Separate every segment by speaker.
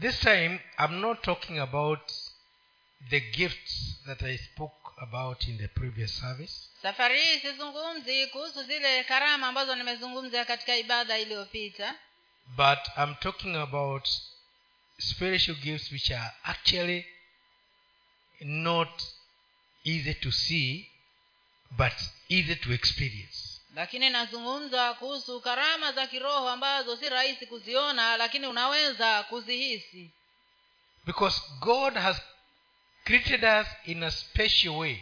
Speaker 1: This time, I'm not talking about the gifts that I spoke about in the previous service.
Speaker 2: safari hii sizungumzi kuhusu zile karama ambazo nimezungumza katika ibada iliyopita
Speaker 1: but I'm talking about spiritual gifts which are actually not easy to see but easy to experience.
Speaker 2: lakini nazungumza kuhusu karama za kiroho ambazo si rahisi kuziona lakini unaweza kuzihisi
Speaker 1: Because God has created us in a special way.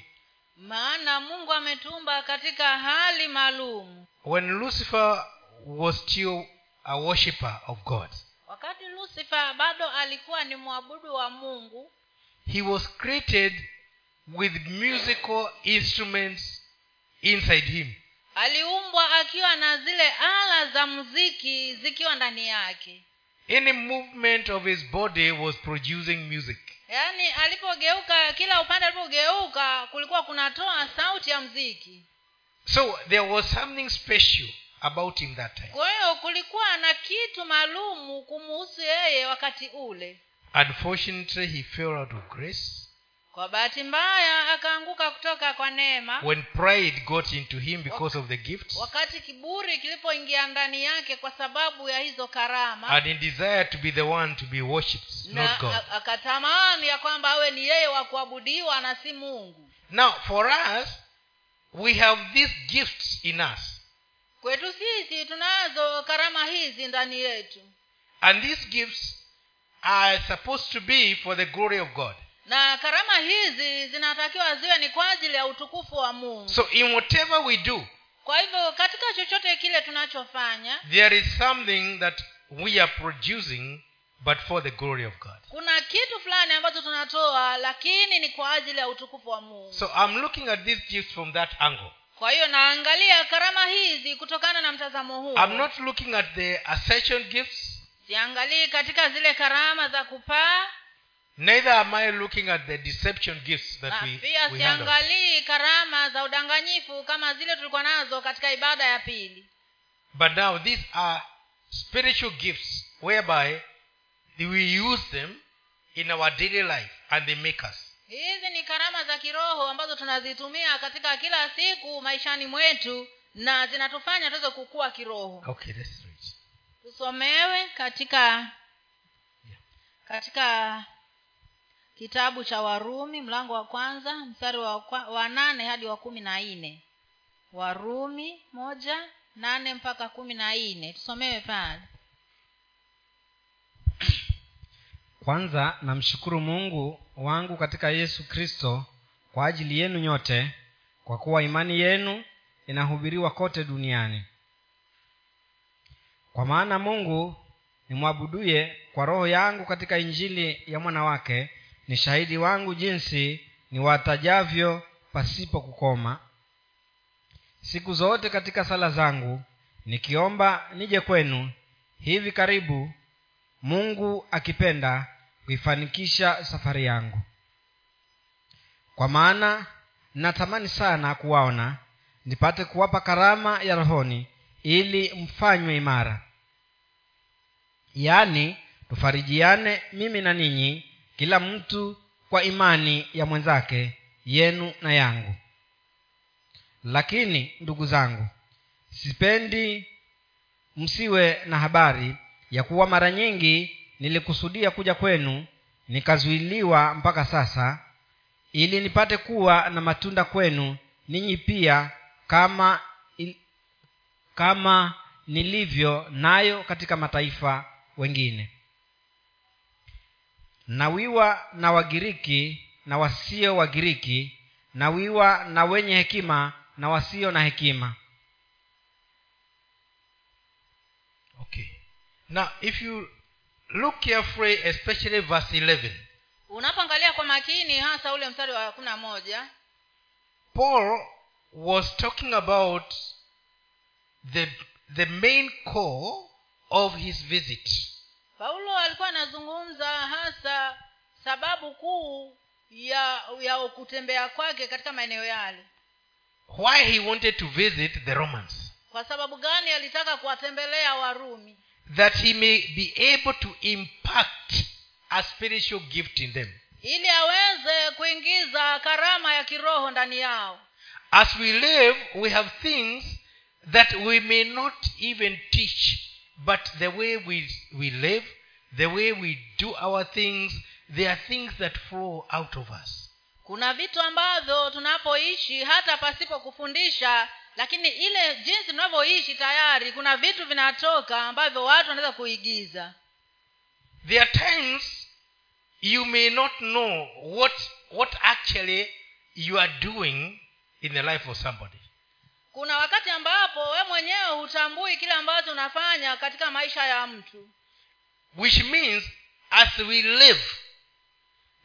Speaker 2: maana mungu ametumba katika hali maalum
Speaker 1: When Lucifer was still a worshipper of God,
Speaker 2: wakati lusifa bado alikuwa ni mwabudu wa mungu
Speaker 1: he was created with musical instruments inside him.
Speaker 2: aliumbwa akiwa na zile ala za muziki zikiwa ndani yake
Speaker 1: Any movement of his body was producing music.
Speaker 2: yaani alipogeuka kila upande alipogeuka kulikuwa kunatoa sauti ya mziki
Speaker 1: So there was something special about him that time.
Speaker 2: kwa hiyo kulikuwa na kitu maalumu kumuhusu yeye wakati ule
Speaker 1: Unfortunately, he fell out of grace
Speaker 2: kwa bahati mbaya akaanguka kutoka kwa neema
Speaker 1: when pride got into him because of the gifts
Speaker 2: wakati kiburi kilipoingia ndani yake kwa sababu ya hizo karama
Speaker 1: and in desire to be the one to be worshipped, not
Speaker 2: na
Speaker 1: God.
Speaker 2: a- akatamani ya kwamba awe ni yeye wa kuabudiwa na si mungu
Speaker 1: Now, for us, we have these gifts in us.
Speaker 2: kwetu sisi tunazo karama hizi ndani yetu
Speaker 1: And these gifts are supposed to be for the glory of God.
Speaker 2: na karama hizi zinatakiwa ziwe ni kwa ajili ya utukufu wa mungu
Speaker 1: So, in whatever we do,
Speaker 2: kwa hivyo katika chochote kile tunachofanya
Speaker 1: there is something that we are producing, but for the glory of God.
Speaker 2: kuna kitu fulani ambacho tunatoa lakini ni kwa ajili ya utukufu wa mungu
Speaker 1: So, I'm looking at these gifts from that angle.
Speaker 2: kwa hiyo naangalia karama hizi kutokana na mtazamo huu
Speaker 1: I'm not looking at the ascension gifts,
Speaker 2: siangalii katika zile karama za kupaa
Speaker 1: neither am I looking at the deception gifts that
Speaker 2: na
Speaker 1: we,
Speaker 2: pia
Speaker 1: we handle.
Speaker 2: siangalii karama za udanganyifu kama zile tulikuwa nazo katika ibada ya pili
Speaker 1: But now these are spiritual gifts whereby we use them in our daily life and they make us.
Speaker 2: hizi ni karama za kiroho ambazo tunazitumia katika kila siku maishani mwetu na zinatufanya tuweze kukua kiroho
Speaker 1: Okay, let's read.
Speaker 2: tusomewe katika katika kitabu cha warumi mlango wa kwanza mstari wa, kwa- wa nane hadi wa kumi na nne warumi moja nane mpaka kumi na nne tusomewe pale
Speaker 3: kwanza namshukuru mungu wangu katika yesu kristo kwa ajili yenu nyote kwa kuwa imani yenu inahubiriwa kote duniani kwa maana mungu nimwabuduye kwa roho yangu katika injili ya mwana wake ni shahidi wangu jinsi niwatajavyo pasipo kukoma siku zote katika sala zangu nikiomba nije kwenu hivi karibu mungu akipenda kuifanikisha safari yangu kwa maana natamani sana kuwaona nipate kuwapa karama ya rohoni ili mfanywe imara yaani tufarijiane mimi na ninyi kila mtu kwa imani ya mwenzake yenu na yangu lakini ndugu zangu sipendi msiwe na habari ya kuwa mara nyingi nilikusudia kuja kwenu nikazuiliwa mpaka sasa ili nipate kuwa na matunda kwenu ninyi pia kama il, kama nilivyo nayo katika mataifa wengine nawiwa na wagiriki na wasio wagiriki nawiwa na wenye hekima na wasio na hekima
Speaker 1: Okay. Now, if you look carefully, especially verse 11,
Speaker 2: unapoangalia kwa makini hasa ule mstari wa kumi na moja
Speaker 1: Paul was talking about the, the main core of his visit.
Speaker 2: paulo alikuwa anazungumza hasa sababu kuu ya ya kutembea kwake katika maeneo yale
Speaker 1: Why he wanted to visit the Romans.
Speaker 2: kwa sababu gani alitaka kuwatembelea warumi
Speaker 1: That he may be able to impact a spiritual gift in them.
Speaker 2: ili aweze kuingiza karama ya kiroho ndani yao
Speaker 1: As we live, we have things that we may not even teach, but the way we, we live, the way we do our things, they are things that flow out of us.
Speaker 2: kuna vitu ambavyo tunapoishi hata pasipo kufundisha lakini ile jinsi tunavyoishi tayari kuna vitu vinatoka ambavyo watu wanaweza kuigiza
Speaker 1: There are times you may not know what, what actually you are doing in the life of somebody.
Speaker 2: kuna wakati ambapo we mwenyewe hutambui kile ambacho unafanya katika maisha ya mtu
Speaker 1: Which means, as we live,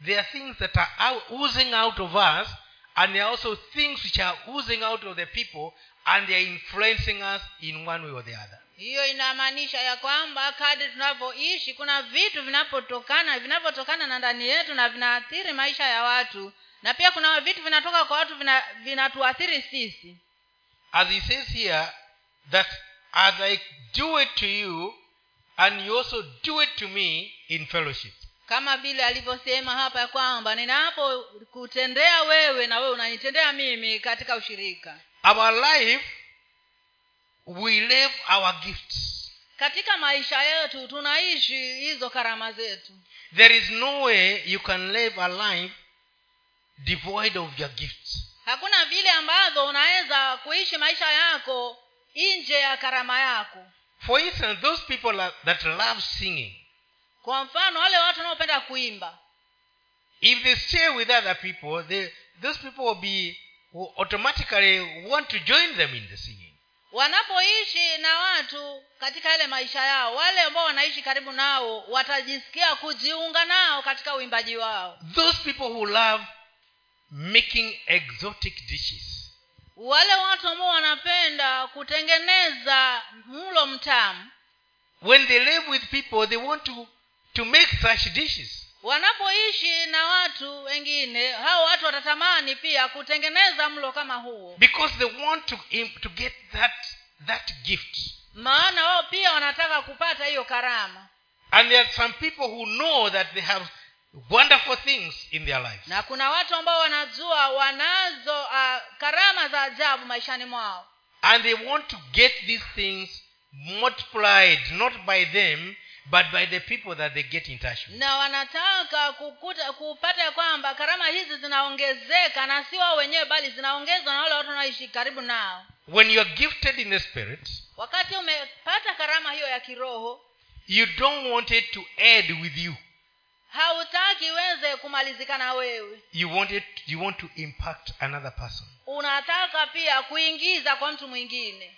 Speaker 1: there are things that are out, oozing out of us, and there are also things which are oozing out of the people, and they are influencing us in one way or the other.
Speaker 2: hiyo inamaanisha ya kwamba kadri tunavyoishi kuna vitu vinapotokana vinavyotokana na ndani yetu na vinaathiri maisha ya watu na pia kuna vitu vinatoka kwa watu vina- vinatuathiri sisi
Speaker 1: As he says here, that as I do it to you, and you also do it to me in fellowship.
Speaker 2: kama vile alivyosema hapa ya kwamba ninapokutendea wewe na wewe unanitendea mimi katika ushirika
Speaker 1: Our life, we live our gifts.
Speaker 2: katika maisha yetu tunaishi hizo karama zetu
Speaker 1: There is no way you can live a life devoid of your gifts.
Speaker 2: hakuna vile ambavyo unaweza kuishi maisha yako nje ya karama yako
Speaker 1: For instance, those people are- that love singing,
Speaker 2: kwa mfano wale watu wanaopenda kuimba
Speaker 1: if they stay with other people, they, those people will be will automatically want to join them in the singing.
Speaker 2: wanapoishi na watu katika yale maisha yao wale ambao wanaishi karibu nao watajisikia kujiunga nao katika uimbaji wao
Speaker 1: Those people who love making exotic dishes,
Speaker 2: wale watu ambao wanapenda kutengeneza mlo mtamu
Speaker 1: when they live with people, they want to, to make such dishes.
Speaker 2: wanapoishi na watu wengine hao watu watatamani pia kutengeneza mlo kama huo
Speaker 1: Because they want to, im- to get that, that gift.
Speaker 2: maana wao pia wanataka kupata hiyo karama
Speaker 1: And there are some people who know that they have wonderful things in their life.
Speaker 2: na kuna watu ambao wanajua wanazo uh, karama za ajabu maishani mwao
Speaker 1: And they want to get these things multiplied, not by them, but by the people that they get in touch with.
Speaker 2: na wanataka kukuta kupata ya kwamba karama hizi zinaongezeka na si wao wenyewe bali zinaongezwa na wale watu wanaoishi karibu nao
Speaker 1: When you are gifted in the Spirit,
Speaker 2: wakati umepata karama hiyo ya kiroho
Speaker 1: you don't want it to end with you.
Speaker 2: hautaki iweze kumalizika na wewe
Speaker 1: You want it, you want to impact another person.
Speaker 2: unataka pia kuingiza kwa mtu mwingine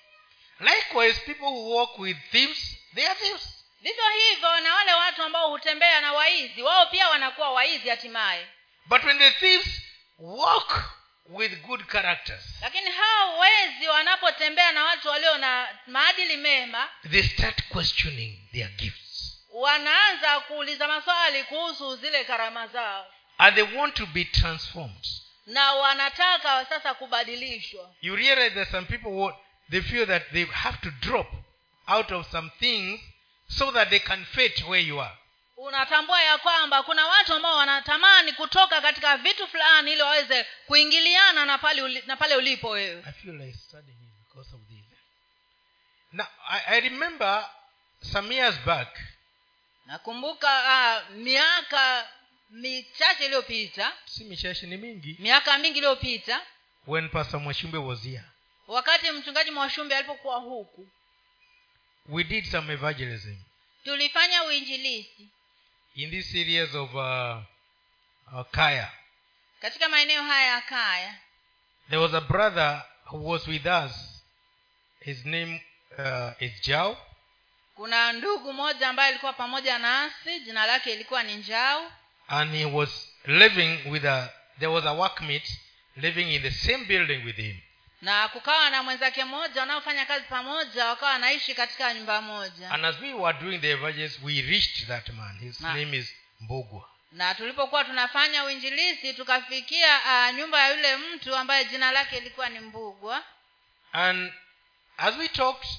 Speaker 1: Likewise, people who walk with thieves, they are thieves.
Speaker 2: vivyo hivyo na wale watu ambao hutembea na waizi wao pia wanakuwa waizi hatimaye
Speaker 1: But when the thieves walk with good characters,
Speaker 2: lakini hao wezi wanapotembea na watu walio na maadili mema
Speaker 1: they start questioning their gifts.
Speaker 2: wanaanza kuuliza maswali kuhusu zile karama zao
Speaker 1: And they want to be transformed.
Speaker 2: na wanataka sasa kubadilishwa
Speaker 1: you realize that some people wo- they feel that they have to drop out of some things so that they can fit where you are
Speaker 2: unatambua ya kwamba kuna watu ambao wanatamani kutoka katika vitu fulani ili waweze kuingiliana na pale, uli, na pale ulipo wewe
Speaker 1: i feel like studying because of this now i, I remember some years back
Speaker 2: nakumbuka uh, miaka michache iliyopita
Speaker 1: si micheshi ni mingi
Speaker 2: miaka mingi iliyopita
Speaker 1: when pastor mwashumbe was here
Speaker 2: wakati mchungaji mwashumbe alipokuwa huku
Speaker 1: we did some evangelism
Speaker 2: tulifanya uinjilisi
Speaker 1: in this series of uh, uh, kaya
Speaker 2: katika maeneo haya ya kaya
Speaker 1: there was a brother who was with us his name uh, is jao
Speaker 2: kuna ndugu mmoja ambaye alikuwa pamoja nasi jina lake ilikuwa ni njau
Speaker 1: and he was living with a there was a workmate living in the same building with him
Speaker 2: na kukawa na mwenzake mmoja wanaofanya kazi pamoja wakawa wanaishi katika nyumba moja
Speaker 1: and as we were doing the evangelism we reached that man his
Speaker 2: Ma-
Speaker 1: name is mbogwa
Speaker 2: na tulipokuwa tunafanya uinjilisi tukafikia uh, nyumba ya yule mtu ambaye jina lake ilikuwa ni mbugwa
Speaker 1: and as we talked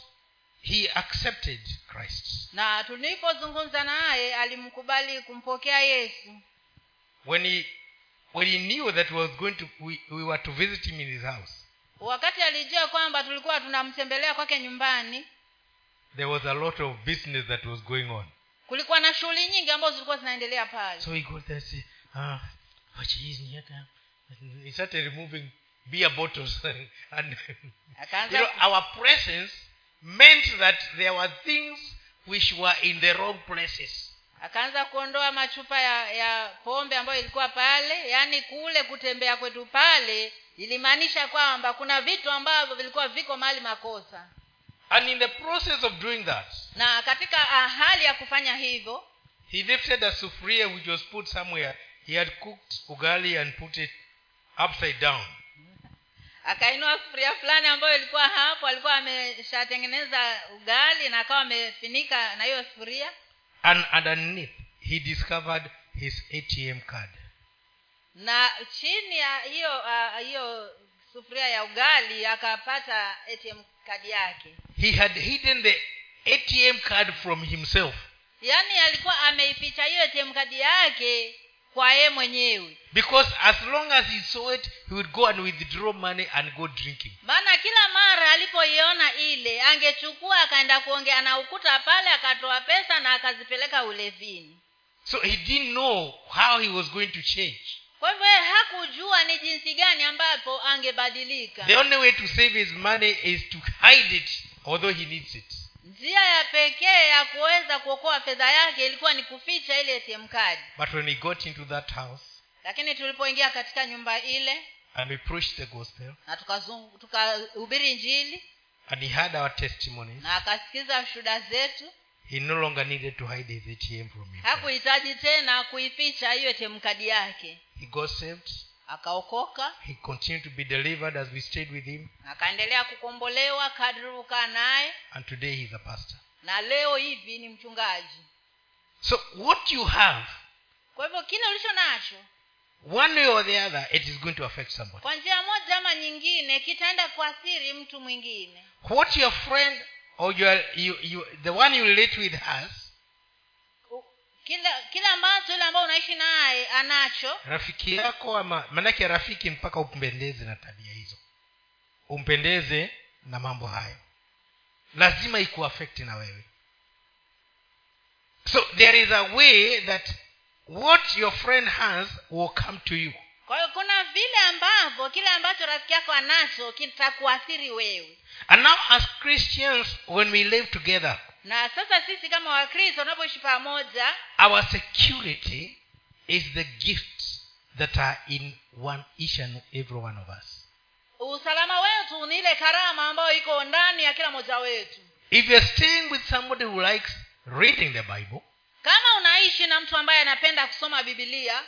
Speaker 1: he accepted christ
Speaker 2: na tulipozungumza naye alimkubali kumpokea yesu
Speaker 1: when he when he knew that we was going to we, we were to visit him in his house
Speaker 2: wakati alijua kwamba tulikuwa tunamtembelea kwake nyumbani
Speaker 1: there was a lot of business that was going on
Speaker 2: kulikuwa na shughuli nyingi ambazo zilikuwa zinaendelea pale
Speaker 1: so he goes there and say ah oh, geez, Nyaka." And he started removing beer bottles and you
Speaker 2: akaanza
Speaker 1: know our presence meant that there were things which were in the wrong places
Speaker 2: akaanza kuondoa machupa ya ya pombe ambayo ilikuwa pale yaani kule kutembea kwetu pale ilimaanisha kwamba kuna vitu ambavyo vilikuwa viko mahali makosa
Speaker 1: and in the process of doing that
Speaker 2: na katika ah, hali ya kufanya hivyo
Speaker 1: he lifted a sufria which was put somewhere he had cooked ugali and put it upside down
Speaker 2: akainua sufuria fulani ambayo ilikuwa hapo alikuwa ameshatengeneza ugali na akawa amefinika na hiyo sufuria
Speaker 1: and underneath he discovered his atm card
Speaker 2: na chini ya hiyo ah, hiyo sufuria ya ugali akapata atm kadi yake
Speaker 1: he had hidden the atm card from himself
Speaker 2: yaani alikuwa ameificha hiyo atm kadi yake kwa yeye mwenyewe
Speaker 1: because as long as he saw it he would go and withdraw money and go drinking
Speaker 2: maana kila mara alipoiona ile angechukua akaenda kuongea na ukuta pale akatoa pesa na akazipeleka ulevini
Speaker 1: so he didn't know how he was going to change
Speaker 2: kwa hivyo yeye hakujua ni jinsi gani ambapo angebadilika
Speaker 1: The only way to save his money is to hide it, although he needs it.
Speaker 2: njia ya pekee ya kuweza kuokoa fedha yake ilikuwa ni kuficha ile atm kadi
Speaker 1: But when we got into that house
Speaker 2: lakini tulipoingia katika nyumba ile
Speaker 1: and we preached the gospel
Speaker 2: na tukazungu- tukahubiri njili
Speaker 1: and he had our testimonies,
Speaker 2: na akasikiza shuhuda zetu
Speaker 1: he no longer needed to hide his ATM from him.
Speaker 2: hakuhitaji tena kuificha hiyo atm kadi yake
Speaker 1: He got saved.
Speaker 2: akaokoka
Speaker 1: He continued to be delivered as we stayed with him,
Speaker 2: akaendelea kukombolewa kadri ukaa naye
Speaker 1: and today he's a pastor.
Speaker 2: na leo hivi ni mchungaji
Speaker 1: So, what you have,
Speaker 2: kwa hivyo kile ulicho nacho
Speaker 1: one way or the other, it is going to affect somebody.
Speaker 2: kwa njia moja ama nyingine kitaenda kuathiri mtu mwingine
Speaker 1: What your friend or your, you, you, the one you relate with has,
Speaker 2: U- kila kila ambacho yule ambao unaishi naye anacho
Speaker 1: rafiki yako ama maanake rafiki mpaka umpendeze na tabia hizo umpendeze na mambo hayo lazima ikuafekti na wewe so there is a way that what your friend has will come to you
Speaker 2: kwa hiyo kuna vile ambavyo kile ambacho rafiki yako anacho kitakuathiri wewe
Speaker 1: and now as christians when we live together
Speaker 2: na sasa sisi kama wakristo tunapoishi pamoja
Speaker 1: our security is the gifts that are in one each and every one of us
Speaker 2: usalama wetu ni ile karama ambayo iko ndani ya kila mmoja wetu
Speaker 1: if you're staying with somebody who likes reading the bible
Speaker 2: kama unaishi na mtu ambaye anapenda kusoma bibilia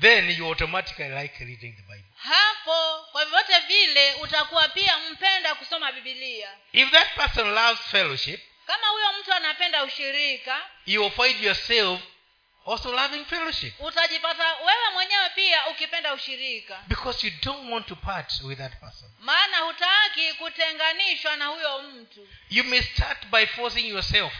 Speaker 1: then you automatically like reading the bible
Speaker 2: hapo kwa vyovyote vile utakuwa pia mpenda kusoma bibilia
Speaker 1: if that person loves fellowship
Speaker 2: kama huyo mtu anapenda ushirika
Speaker 1: you will find yourself also loving fellowship
Speaker 2: utajipata wewe mwenyewe pia ukipenda ushirika
Speaker 1: because you don't want to part with that person
Speaker 2: maana hutaki kutenganishwa na huyo mtu
Speaker 1: you may start by forcing yourself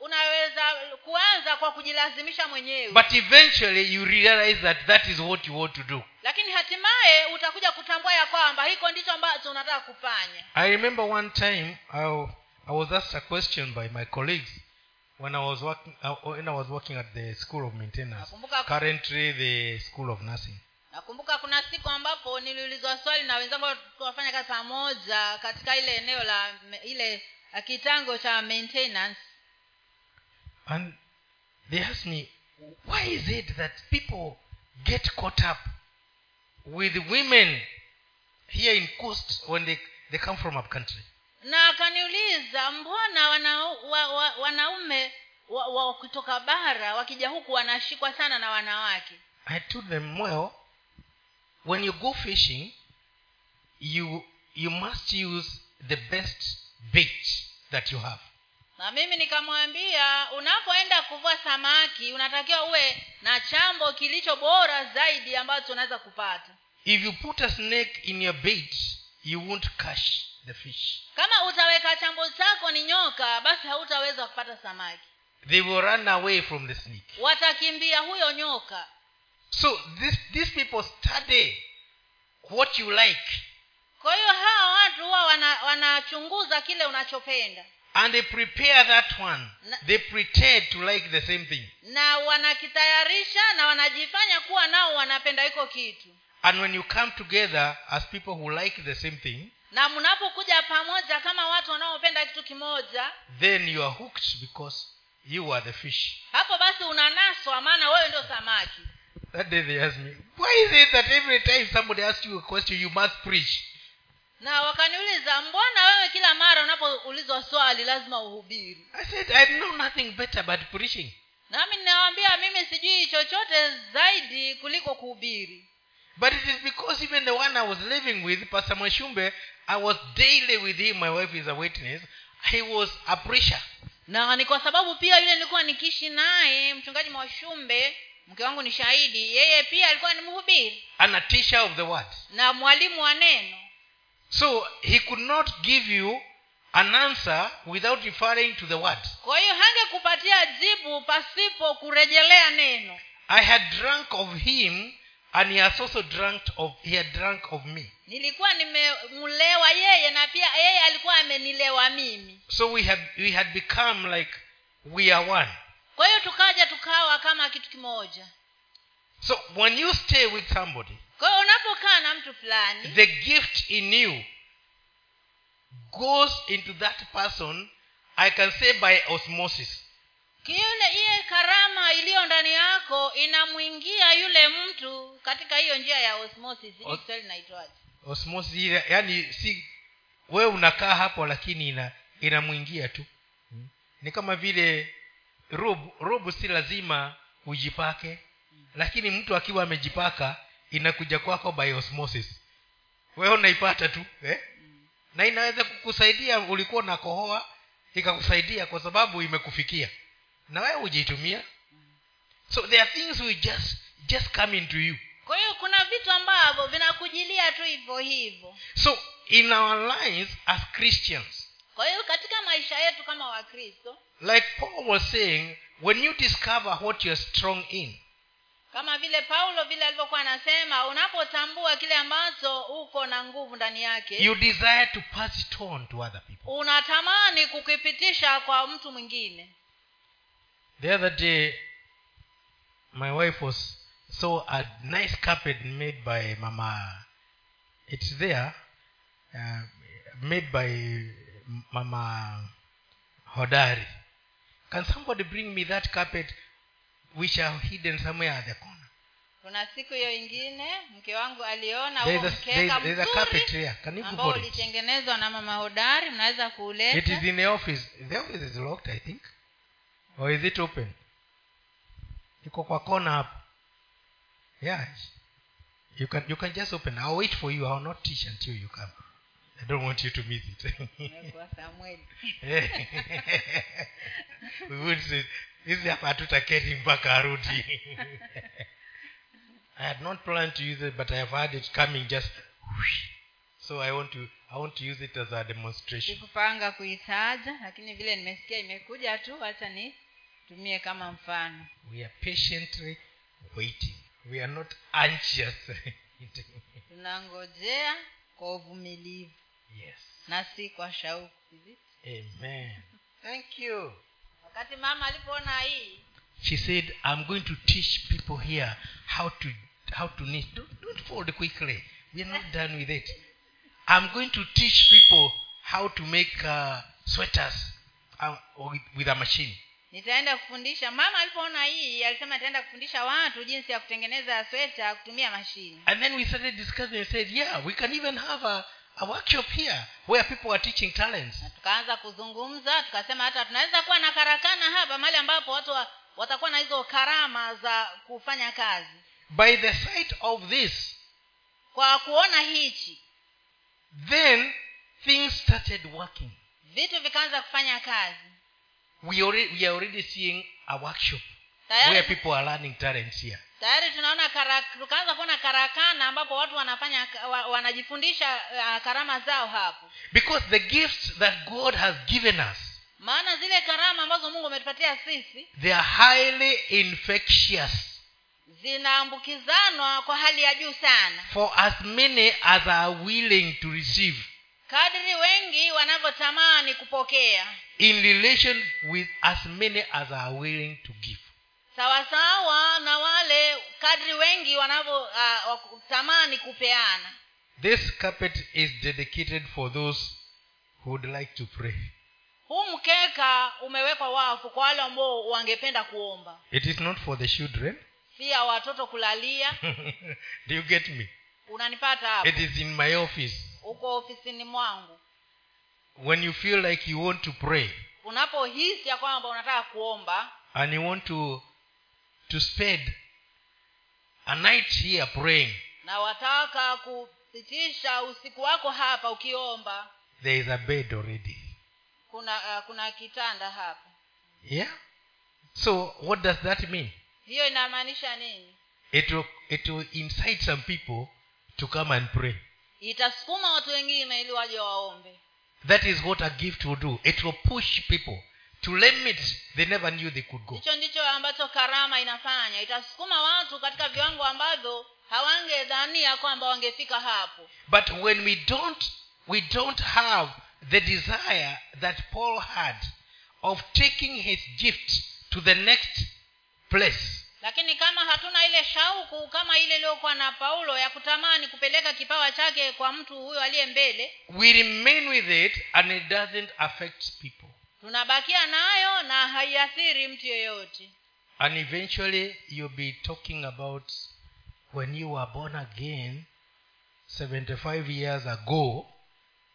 Speaker 2: unaweza kuanza kwa kujilazimisha mwenyewe
Speaker 1: but eventually you realize that that is what you want to do
Speaker 2: lakini hatimaye utakuja kutambua ya kwamba hiko ndicho ambacho unataka kufanya
Speaker 1: i remember one time i, I was asked a question by my colleagues when i was working uh, when i was working at the school of maintenance
Speaker 2: Nakumbuka-
Speaker 1: currently the school of nursing
Speaker 2: nakumbuka kuna siku ambapo niliulizwa swali na wenzangu ambao tulikuwa tunafanya kazi pamoja katika ile eneo la me- ile eh, kitango cha maintenance
Speaker 1: And they asked me, why is it that people get caught up with women here in coast when they, they come from up country?
Speaker 2: na akaniuliza mbona wana, wa, wa, wanaume wa, wa kutoka bara wakija huku wanashikwa sana na wanawake
Speaker 1: I told them, well, when you go fishing, you you must use the best bait that you have.
Speaker 2: na mimi nikamwambia unapoenda kuvua samaki unatakiwa uwe na chambo kilicho bora zaidi ambacho unaweza kupata
Speaker 1: If you put a snake in your bait, you won't catch the fish.
Speaker 2: kama utaweka chambo chako ni nyoka basi hautaweza kupata samaki
Speaker 1: They will run away from the snake.
Speaker 2: watakimbia huyo nyoka
Speaker 1: So this, these people study what you like
Speaker 2: kwa hiyo hawa watu huwa wana- wanachunguza kile unachopenda
Speaker 1: and they prepare that one.
Speaker 2: Na-
Speaker 1: They pretend to like the same thing.
Speaker 2: na wanakitayarisha na wanajifanya kuwa nao wanapenda hiko kitu
Speaker 1: And when you come together as people who like the same thing,
Speaker 2: na mnapokuja pamoja kama watu wanaopenda kitu kimoja
Speaker 1: then you are hooked because you are the fish.
Speaker 2: hapo basi unanaswa maana wewe ndio samaki
Speaker 1: That day they asked me, why is it that every time somebody asks you a question, you must preach?
Speaker 2: na wakaniuliza mbona wewe kila mara unapoulizwa swali lazima uhubiri
Speaker 1: I said, I know nothing better but preaching.
Speaker 2: nami ninawaambia mimi sijui chochote zaidi kuliko kuhubiri
Speaker 1: But it is because even the one I was living with, Pastor Mashumbe, I was daily with him. My wife is a witness. He was a preacher.
Speaker 2: na ni kwa sababu pia yule nilikuwa nikiishi naye mchungaji mwashumbe mke wangu ni shahidi yeye pia alikuwa ni mhubiri
Speaker 1: and a teacher of the word.
Speaker 2: na mwalimu wa neno
Speaker 1: So he could not give you an answer without referring to the word.
Speaker 2: kwa hiyo hangekupatia jibu pasipo kurejelea neno
Speaker 1: I had drunk of him, and he has also drunk of he had drunk of me.
Speaker 2: nilikuwa nimemlewa yeye na pia yeye alikuwa amenilewa mimi
Speaker 1: So we have we had become like we are one.
Speaker 2: kwa hiyo tukaja tukawa kama kitu kimoja
Speaker 1: So when you stay with somebody,
Speaker 2: kwa hiyo unapokaa na mtu fulani
Speaker 1: the gift in you goes into that person. I can say by osmosis.
Speaker 2: kile ile karama iliyo ndani yako inamwingia yule mtu katika hiyo njia ya osmosis hii
Speaker 1: Os-
Speaker 2: Kiswahili inaitwaje
Speaker 1: Osmosis, ile- yani si wewe unakaa hapo lakini ina inamwingia tu Mm. ni kama vile robu robu si lazima ujipake lakini mtu akiwa amejipaka inakuja kwako by osmosis wewe unaipata tu eh? na inaweza kukusaidia ulikuwa unakohoa ikakusaidia kwa sababu imekufikia na wewe hujiitumia so there are things we just just come into you
Speaker 2: kwa hiyo kuna vitu ambavyo vinakujilia tu hivyo hivyo
Speaker 1: So, in our lives as Christians,
Speaker 2: kwa hiyo katika maisha yetu kama wakristo
Speaker 1: like Paul was saying, when you discover what you're strong in,
Speaker 2: kama vile paulo vile alivyokuwa anasema unapotambua kile ambacho uko na nguvu ndani yake
Speaker 1: you desire to pass it on to other people.
Speaker 2: unatamani kukipitisha kwa mtu mwingine
Speaker 1: The other day, my wife was saw a nice carpet made by Mama. It's there, uh, made by Mama Hodari. Can somebody bring me that carpet which are hidden somewhere at the corner?
Speaker 2: kuna siku hiyo ingine mke wangu aliona
Speaker 1: There is
Speaker 2: huo
Speaker 1: a- there is-
Speaker 2: mkeka
Speaker 1: there is a carpet
Speaker 2: mzuri
Speaker 1: here. Can you
Speaker 2: ambao
Speaker 1: borrow it?
Speaker 2: ulitengenezwa na mama hodari mnaweza
Speaker 1: It is
Speaker 2: kuuleta
Speaker 1: in the office. The office is locked, I think. Or is it open? iko kwa kona hapo yeah you can, you can just open i'll wait for you i'll not teach until you come i don't want you to miss it
Speaker 2: Kwa Samueli.
Speaker 1: we would say hizi hapa hatutaketi mpaka arudi i had not planned to use it but i have had it coming just so i want to i want to use it as a demonstration
Speaker 2: sikupanga kuitaja lakini vile nimesikia imekuja tu wacha nitumie kama mfano
Speaker 1: we are patiently waiting we are not anxious
Speaker 2: tunangojea kwa uvumilivu
Speaker 1: yes
Speaker 2: na si kwa shauku Hivi.
Speaker 1: amen thank you
Speaker 2: wakati mama alipoona hii
Speaker 1: she said i'm going to teach people here how to how to knit don't, don't fold quickly we are not done with it i'm going to teach people how to make uh, sweaters uh, with, with a machine
Speaker 2: nitaenda kufundisha mama alipoona hii alisema nitaenda kufundisha watu jinsi ya kutengeneza sweta kutumia mashini
Speaker 1: and then we started discussing and said yeah we can even have a, a workshop here where people are teaching talents
Speaker 2: na tukaanza kuzungumza tukasema hata tunaweza kuwa na karakana hapa mahali ambapo watu wa, watakuwa na hizo karama za kufanya kazi
Speaker 1: by the sight of this
Speaker 2: kwa kuona hichi
Speaker 1: then things started working
Speaker 2: vitu vikaanza kufanya kazi
Speaker 1: we, already, we are already seeing a workshop where
Speaker 2: tayari
Speaker 1: people are learning talents here
Speaker 2: tayari tunaona kara- tukaanza kuona karakana ambapo watu wanafanya wa, wanajifundisha uh, karama zao hapo
Speaker 1: because the gifts that god has given us
Speaker 2: maana zile karama ambazo mungu ametupatia sisi
Speaker 1: they are highly infectious
Speaker 2: zinaambukizanwa kwa hali ya juu sana
Speaker 1: for as many as are willing to receive
Speaker 2: kadiri wengi wanavyotamani kupokea
Speaker 1: in relation with as many as are willing to give
Speaker 2: sawasawa na wale kadri wengi wanavyotamani kupeana
Speaker 1: this carpet is dedicated for those who would like to pray
Speaker 2: huu mkeka umewekwa wafu kwa wale ambao wangependa kuomba
Speaker 1: it is not for the children
Speaker 2: pia watoto kulalia
Speaker 1: do you get me
Speaker 2: unanipata hapo
Speaker 1: it is in my office
Speaker 2: uko ofisini mwangu
Speaker 1: when you feel like you want to pray
Speaker 2: unapohisi ya kwamba unataka kuomba
Speaker 1: and you want to to spend a night here praying
Speaker 2: na wataka kupitisha usiku wako hapa ukiomba
Speaker 1: there is a bed already
Speaker 2: kuna uh, kuna kitanda hapa
Speaker 1: yeah so what does that mean
Speaker 2: hiyo inamaanisha nini
Speaker 1: it will it will incite some people to come and pray
Speaker 2: itasukuma watu wengine ili waje waombe
Speaker 1: that is what a gift will do it will push people to limits they never knew they could go
Speaker 2: hicho ndicho ambacho karama inafanya itasukuma watu katika viwango ambavyo hawangedhania kwamba wangefika hapo
Speaker 1: but when we don't we don't have the desire that paul had of taking his gift to the next place
Speaker 2: lakini kama hatuna ile shauku kama ile iliyokuwa na paulo ya kutamani kupeleka kipawa chake kwa mtu huyo aliye mbele
Speaker 1: we remain with it and it doesn't affect people
Speaker 2: tunabakia nayo na haiathiri mtu yeyote
Speaker 1: and eventually you'll be talking about when you were born again 75 years ago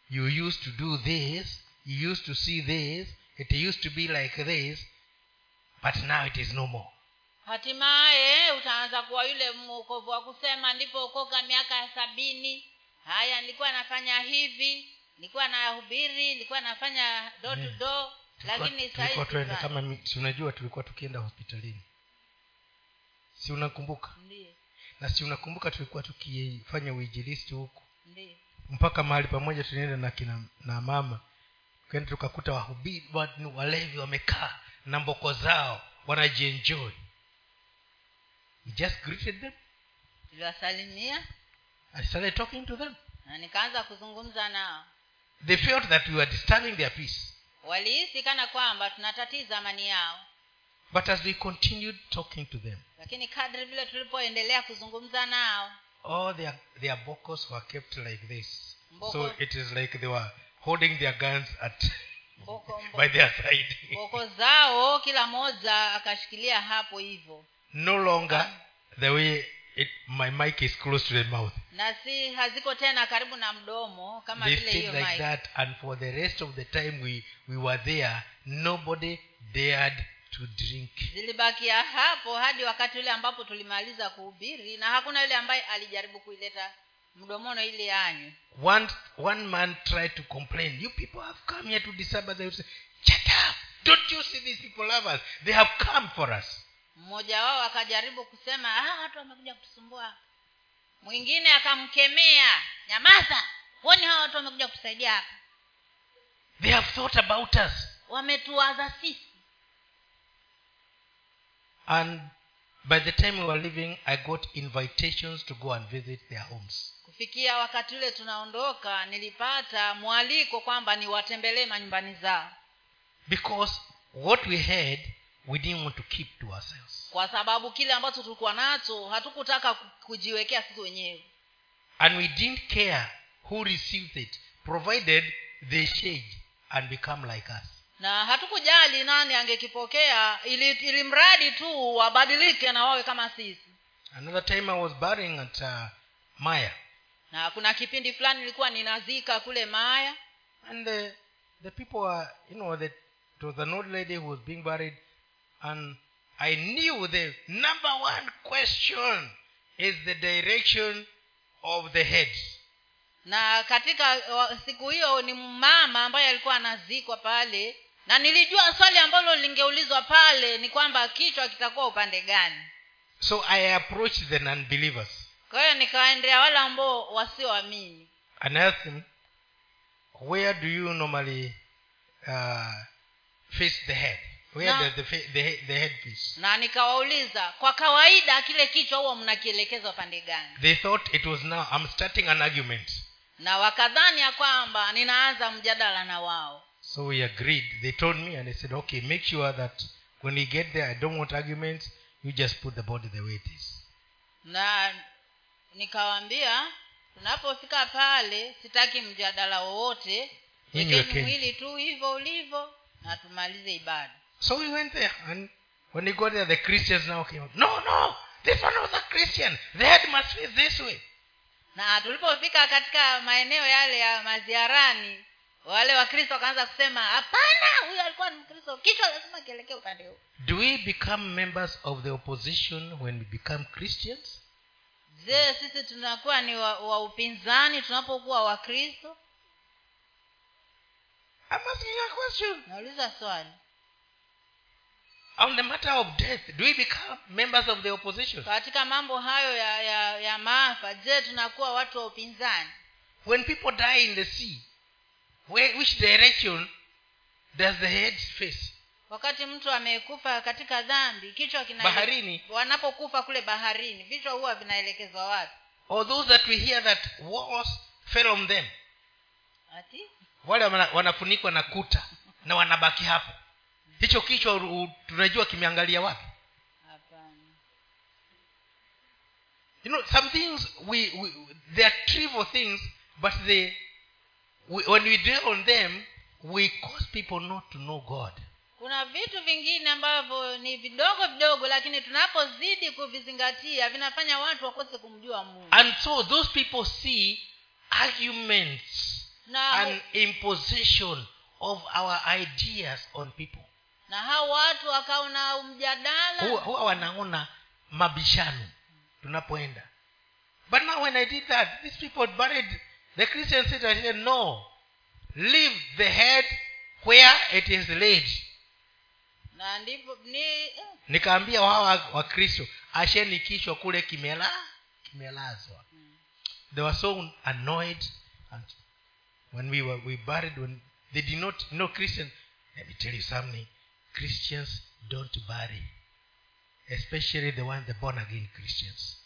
Speaker 1: you used to do this you used to see this it used to be like this but now it is no more
Speaker 2: hatimaye utaanza kuwa yule mwokovu wa kusema nilipookoka miaka ya sabini haya nilikuwa nafanya hivi nilikuwa nahubiri nilikuwa nafanya do to do lakini
Speaker 1: Tulikuwa- tulikuwa tuenda
Speaker 2: saizi
Speaker 1: kama mi- si unajua tulikuwa tukienda hospitalini si unakumbuka
Speaker 2: ndiye
Speaker 1: na si unakumbuka tulikuwa tukifanya uinjilisti huku
Speaker 2: ndiye
Speaker 1: mpaka mahali pamoja tulienda na kina na mama kenda tukakuta wahubiri wa- ni walevi wamekaa na mboko zao wanajienjoy We just greeted them
Speaker 2: niliwasalimia
Speaker 1: and started talking to them
Speaker 2: na nikaanza kuzungumza nao
Speaker 1: they felt that we were disturbing their peace
Speaker 2: walihisi kana kwamba tunatatiza amani yao
Speaker 1: but as we continued talking to them
Speaker 2: lakini kadri vile tulipoendelea kuzungumza nao
Speaker 1: all their their bokos were kept like this so
Speaker 2: Mboko.
Speaker 1: it is like they were holding their guns at
Speaker 2: mboko
Speaker 1: by
Speaker 2: mboko,
Speaker 1: their side
Speaker 2: mboko zao kila mmoja akashikilia hapo hivyo
Speaker 1: no longer the way it, my mic is close to the mouth
Speaker 2: na si haziko tena karibu na mdomo kama
Speaker 1: they
Speaker 2: vile
Speaker 1: stayed
Speaker 2: hiyo
Speaker 1: like
Speaker 2: mic.
Speaker 1: that and for the rest of the time we, we were there nobody dared to drink
Speaker 2: zilibakia hapo hadi wakati ule ambapo tulimaliza kuhubiri na hakuna yule ambaye alijaribu kuileta mdomono ili anywe
Speaker 1: one, one man tried to complain you people have come here to disturb us I would say, shut up don't you see these people love us they have come for us
Speaker 2: mmoja wao akajaribu kusema ah, watu wamekuja kutusumbua mwingine akamkemea nyamaza huoni hawa watu wamekuja kutusaidia hapa
Speaker 1: they have thought about us
Speaker 2: wametuwaza sisi
Speaker 1: and by the time we were leaving i got invitations to go and visit their homes
Speaker 2: kufikia wakati ule tunaondoka nilipata mwaliko kwamba niwatembelee manyumbani zao
Speaker 1: because what we heard we didn't want to keep to ourselves
Speaker 2: kwa sababu kile ambacho tulikuwa nacho hatukutaka ku- kujiwekea sisi wenyewe
Speaker 1: and we didn't care who received it provided they change and become like us
Speaker 2: na hatukujali nani angekipokea ili, ili mradi tu wabadilike na wawe kama sisi
Speaker 1: another time i was burying at uh, maya
Speaker 2: na kuna kipindi fulani nilikuwa ninazika kule maya
Speaker 1: and the, the people were you know that it was an old lady who was being buried and i knew the number one question is the direction of the head
Speaker 2: na katika wa- siku hiyo ni mama ambaye alikuwa anazikwa pale na nilijua swali ambalo lingeulizwa pale ni kwamba kichwa kitakuwa upande gani
Speaker 1: So I approached the non believers
Speaker 2: kwa hiyo nikawaendea wale ambao wasioamini
Speaker 1: and asked them, Where do you normally uh, face the head? Where
Speaker 2: Now-
Speaker 1: does the, fa- the, he- the head face?
Speaker 2: na nikawauliza kwa kawaida kile kichwa huwa mnakielekeza upande gani
Speaker 1: They thought it was now, I'm starting an argument.
Speaker 2: na wakadhani ya kwamba ninaanza mjadala na wao
Speaker 1: So we agreed. They told me, and I said, Okay, make sure that when we get there, I don't want arguments. You just put the body the way it is.
Speaker 2: na nikawaambia tunapofika pale sitaki mjadala wowote
Speaker 1: Nyinyi
Speaker 2: wekeni
Speaker 1: wekeni.
Speaker 2: mwili tu hivyo ulivyo na tumalize ibada
Speaker 1: So we went there, and when we got there, the Christians now came up. No, no, this one was a Christian. The head must face this way.
Speaker 2: na tulipofika katika maeneo yale ya maziarani wale wakristo wakaanza kusema hapana huyo alikuwa ni mkristo kichwa lazima kielekee upande huu
Speaker 1: Do we become members of the opposition when we become Christians?
Speaker 2: je sisi tunakuwa ni wa, wa upinzani tunapokuwa wakristo
Speaker 1: I'm asking you a question.
Speaker 2: nauliza swali
Speaker 1: On the matter of death, do we become members of the opposition?
Speaker 2: katika mambo hayo ya ya, ya maafa je tunakuwa watu wa upinzani
Speaker 1: When people die in the sea, where, which direction does the head face?
Speaker 2: wakati mtu amekufa katika dhambi kichwa kina
Speaker 1: Baharini.
Speaker 2: wanapokufa kule baharini vichwa huwa vinaelekezwa wapi
Speaker 1: Or those that we hear that walls fell on them?
Speaker 2: ati
Speaker 1: wale wana- wanafunikwa na kuta na wanabaki hapo hicho kichwa u- u- tunajua kimeangalia wapi
Speaker 2: hapana
Speaker 1: you know some things we, we they are trivial things but they we, when we dwell on them we cause people not to know god
Speaker 2: kuna vitu vingine ambavyo ni vidogo vidogo lakini tunapozidi kuvizingatia vinafanya watu wakose kumjua mungu
Speaker 1: and so those people see arguments
Speaker 2: na,
Speaker 1: and imposition of our ideas on people
Speaker 2: na hao watu wakaona
Speaker 1: huwa
Speaker 2: mjadala
Speaker 1: huwa wanaona mabishano tunapoenda but now when i did that these people buried the christian said i said no leave the head where it is laid
Speaker 2: na ndipo ni eh,
Speaker 1: nikaambia wawa wakristo asheni kichwa kule kimela kimelazwa they were so annoyed and when we were we buried when they did not know christian let me tell you something christians don't bury especially the one the born again christians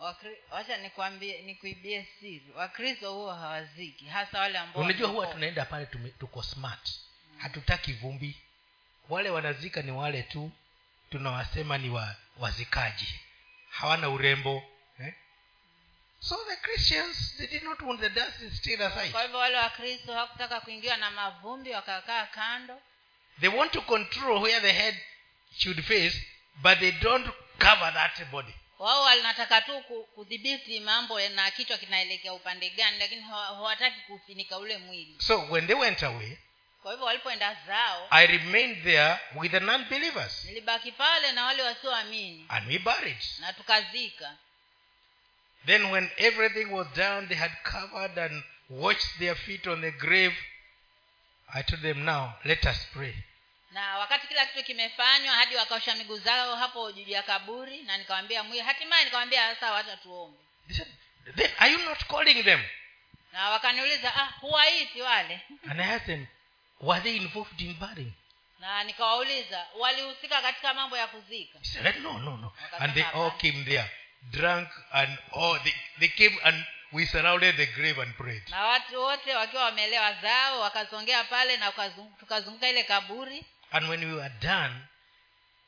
Speaker 2: Wakri- wacha nikwambie nikuibie siri wakristo huwa hawaziki hasa wale ambao
Speaker 1: unajua huwa
Speaker 2: wamekuwa.
Speaker 1: tunaenda pale tume, tuko smart hatutaki vumbi wale wanazika ni wale tu tunawasema ni wa, wazikaji hawana urembo eh? so the christians they did not want the dust to stay aside
Speaker 2: kwa hivyo wale wakristo hawakutaka kuingiwa na mavumbi wakakaa kando
Speaker 1: they want to control where the head should face but they don't cover that body
Speaker 2: wao wanataka tu ku- kudhibiti mambo na kichwa kinaelekea upande gani lakini hawa- hawataki kufinika ule mwili
Speaker 1: so when they went away
Speaker 2: kwa hivyo walipoenda zao
Speaker 1: i remained there with the non-believers
Speaker 2: nilibaki pale na wale wasioamini
Speaker 1: and we buried
Speaker 2: na tukazika
Speaker 1: Then, when everything was done, they had covered and washed their feet on the grave. I told them, Now, let us pray.
Speaker 2: na wakati kila kitu kimefanywa hadi wakaosha miguu zao hapo juu ya kaburi na nikawambia mwili hatimaye nikawambia sasa wacha tuombe
Speaker 1: They said, Then, are you not calling them?
Speaker 2: na wakaniuliza ah huwaiti wale
Speaker 1: And I asked them, Were they involved in burying?
Speaker 2: na nikawauliza walihusika katika mambo ya kuzika
Speaker 1: He said, No, no, no. And they all came there, drunk, and all. They, they came and we surrounded the grave and prayed.
Speaker 2: na watu wote wakiwa wamelewa zao wakazongea pale na wakazung- tukazunguka ile kaburi
Speaker 1: And when we were done,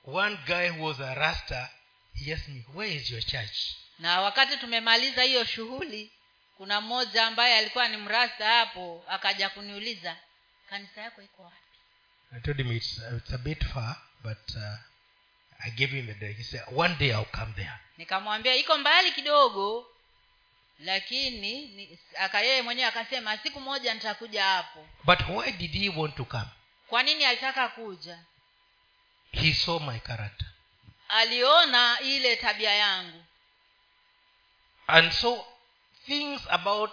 Speaker 1: one guy who was a rasta, he asked me, Where is your church?
Speaker 2: na wakati tumemaliza hiyo shughuli kuna mmoja ambaye alikuwa ni mrasta hapo akaja kuniuliza kanisa yako iko wapi
Speaker 1: I told him it's, uh, it's a bit far, but uh, I gave him the day. He said, One day I'll come there.
Speaker 2: nikamwambia iko mbali kidogo lakini ni- aka yeye mwenyewe akasema siku moja nitakuja hapo
Speaker 1: But why did he want to come?
Speaker 2: kwa nini alitaka kuja
Speaker 1: He saw my character.
Speaker 2: aliona ile tabia yangu
Speaker 1: And so things about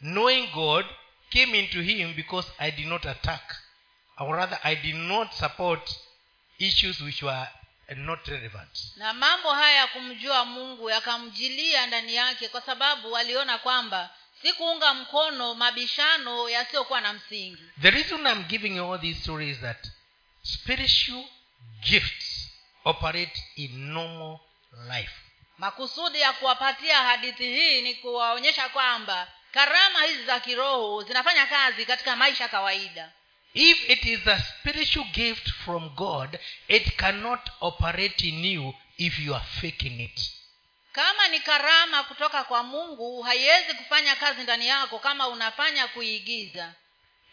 Speaker 1: knowing God came into him because I did not attack. or rather i did not support issues which were uh, not relevant
Speaker 2: na mambo haya ya kumjua mungu yakamjilia ndani yake kwa sababu waliona kwamba si kuunga mkono mabishano yasiyokuwa na msingi
Speaker 1: The reason I'm giving you all these stories is that spiritual gifts operate in normal life.
Speaker 2: makusudi ya kuwapatia hadithi hii ni kuwaonyesha kwamba karama hizi za kiroho zinafanya kazi katika maisha kawaida
Speaker 1: If it is a spiritual gift from God, it cannot operate in you if you are faking it.
Speaker 2: kama ni karama kutoka kwa mungu haiwezi kufanya kazi ndani yako kama unafanya kuigiza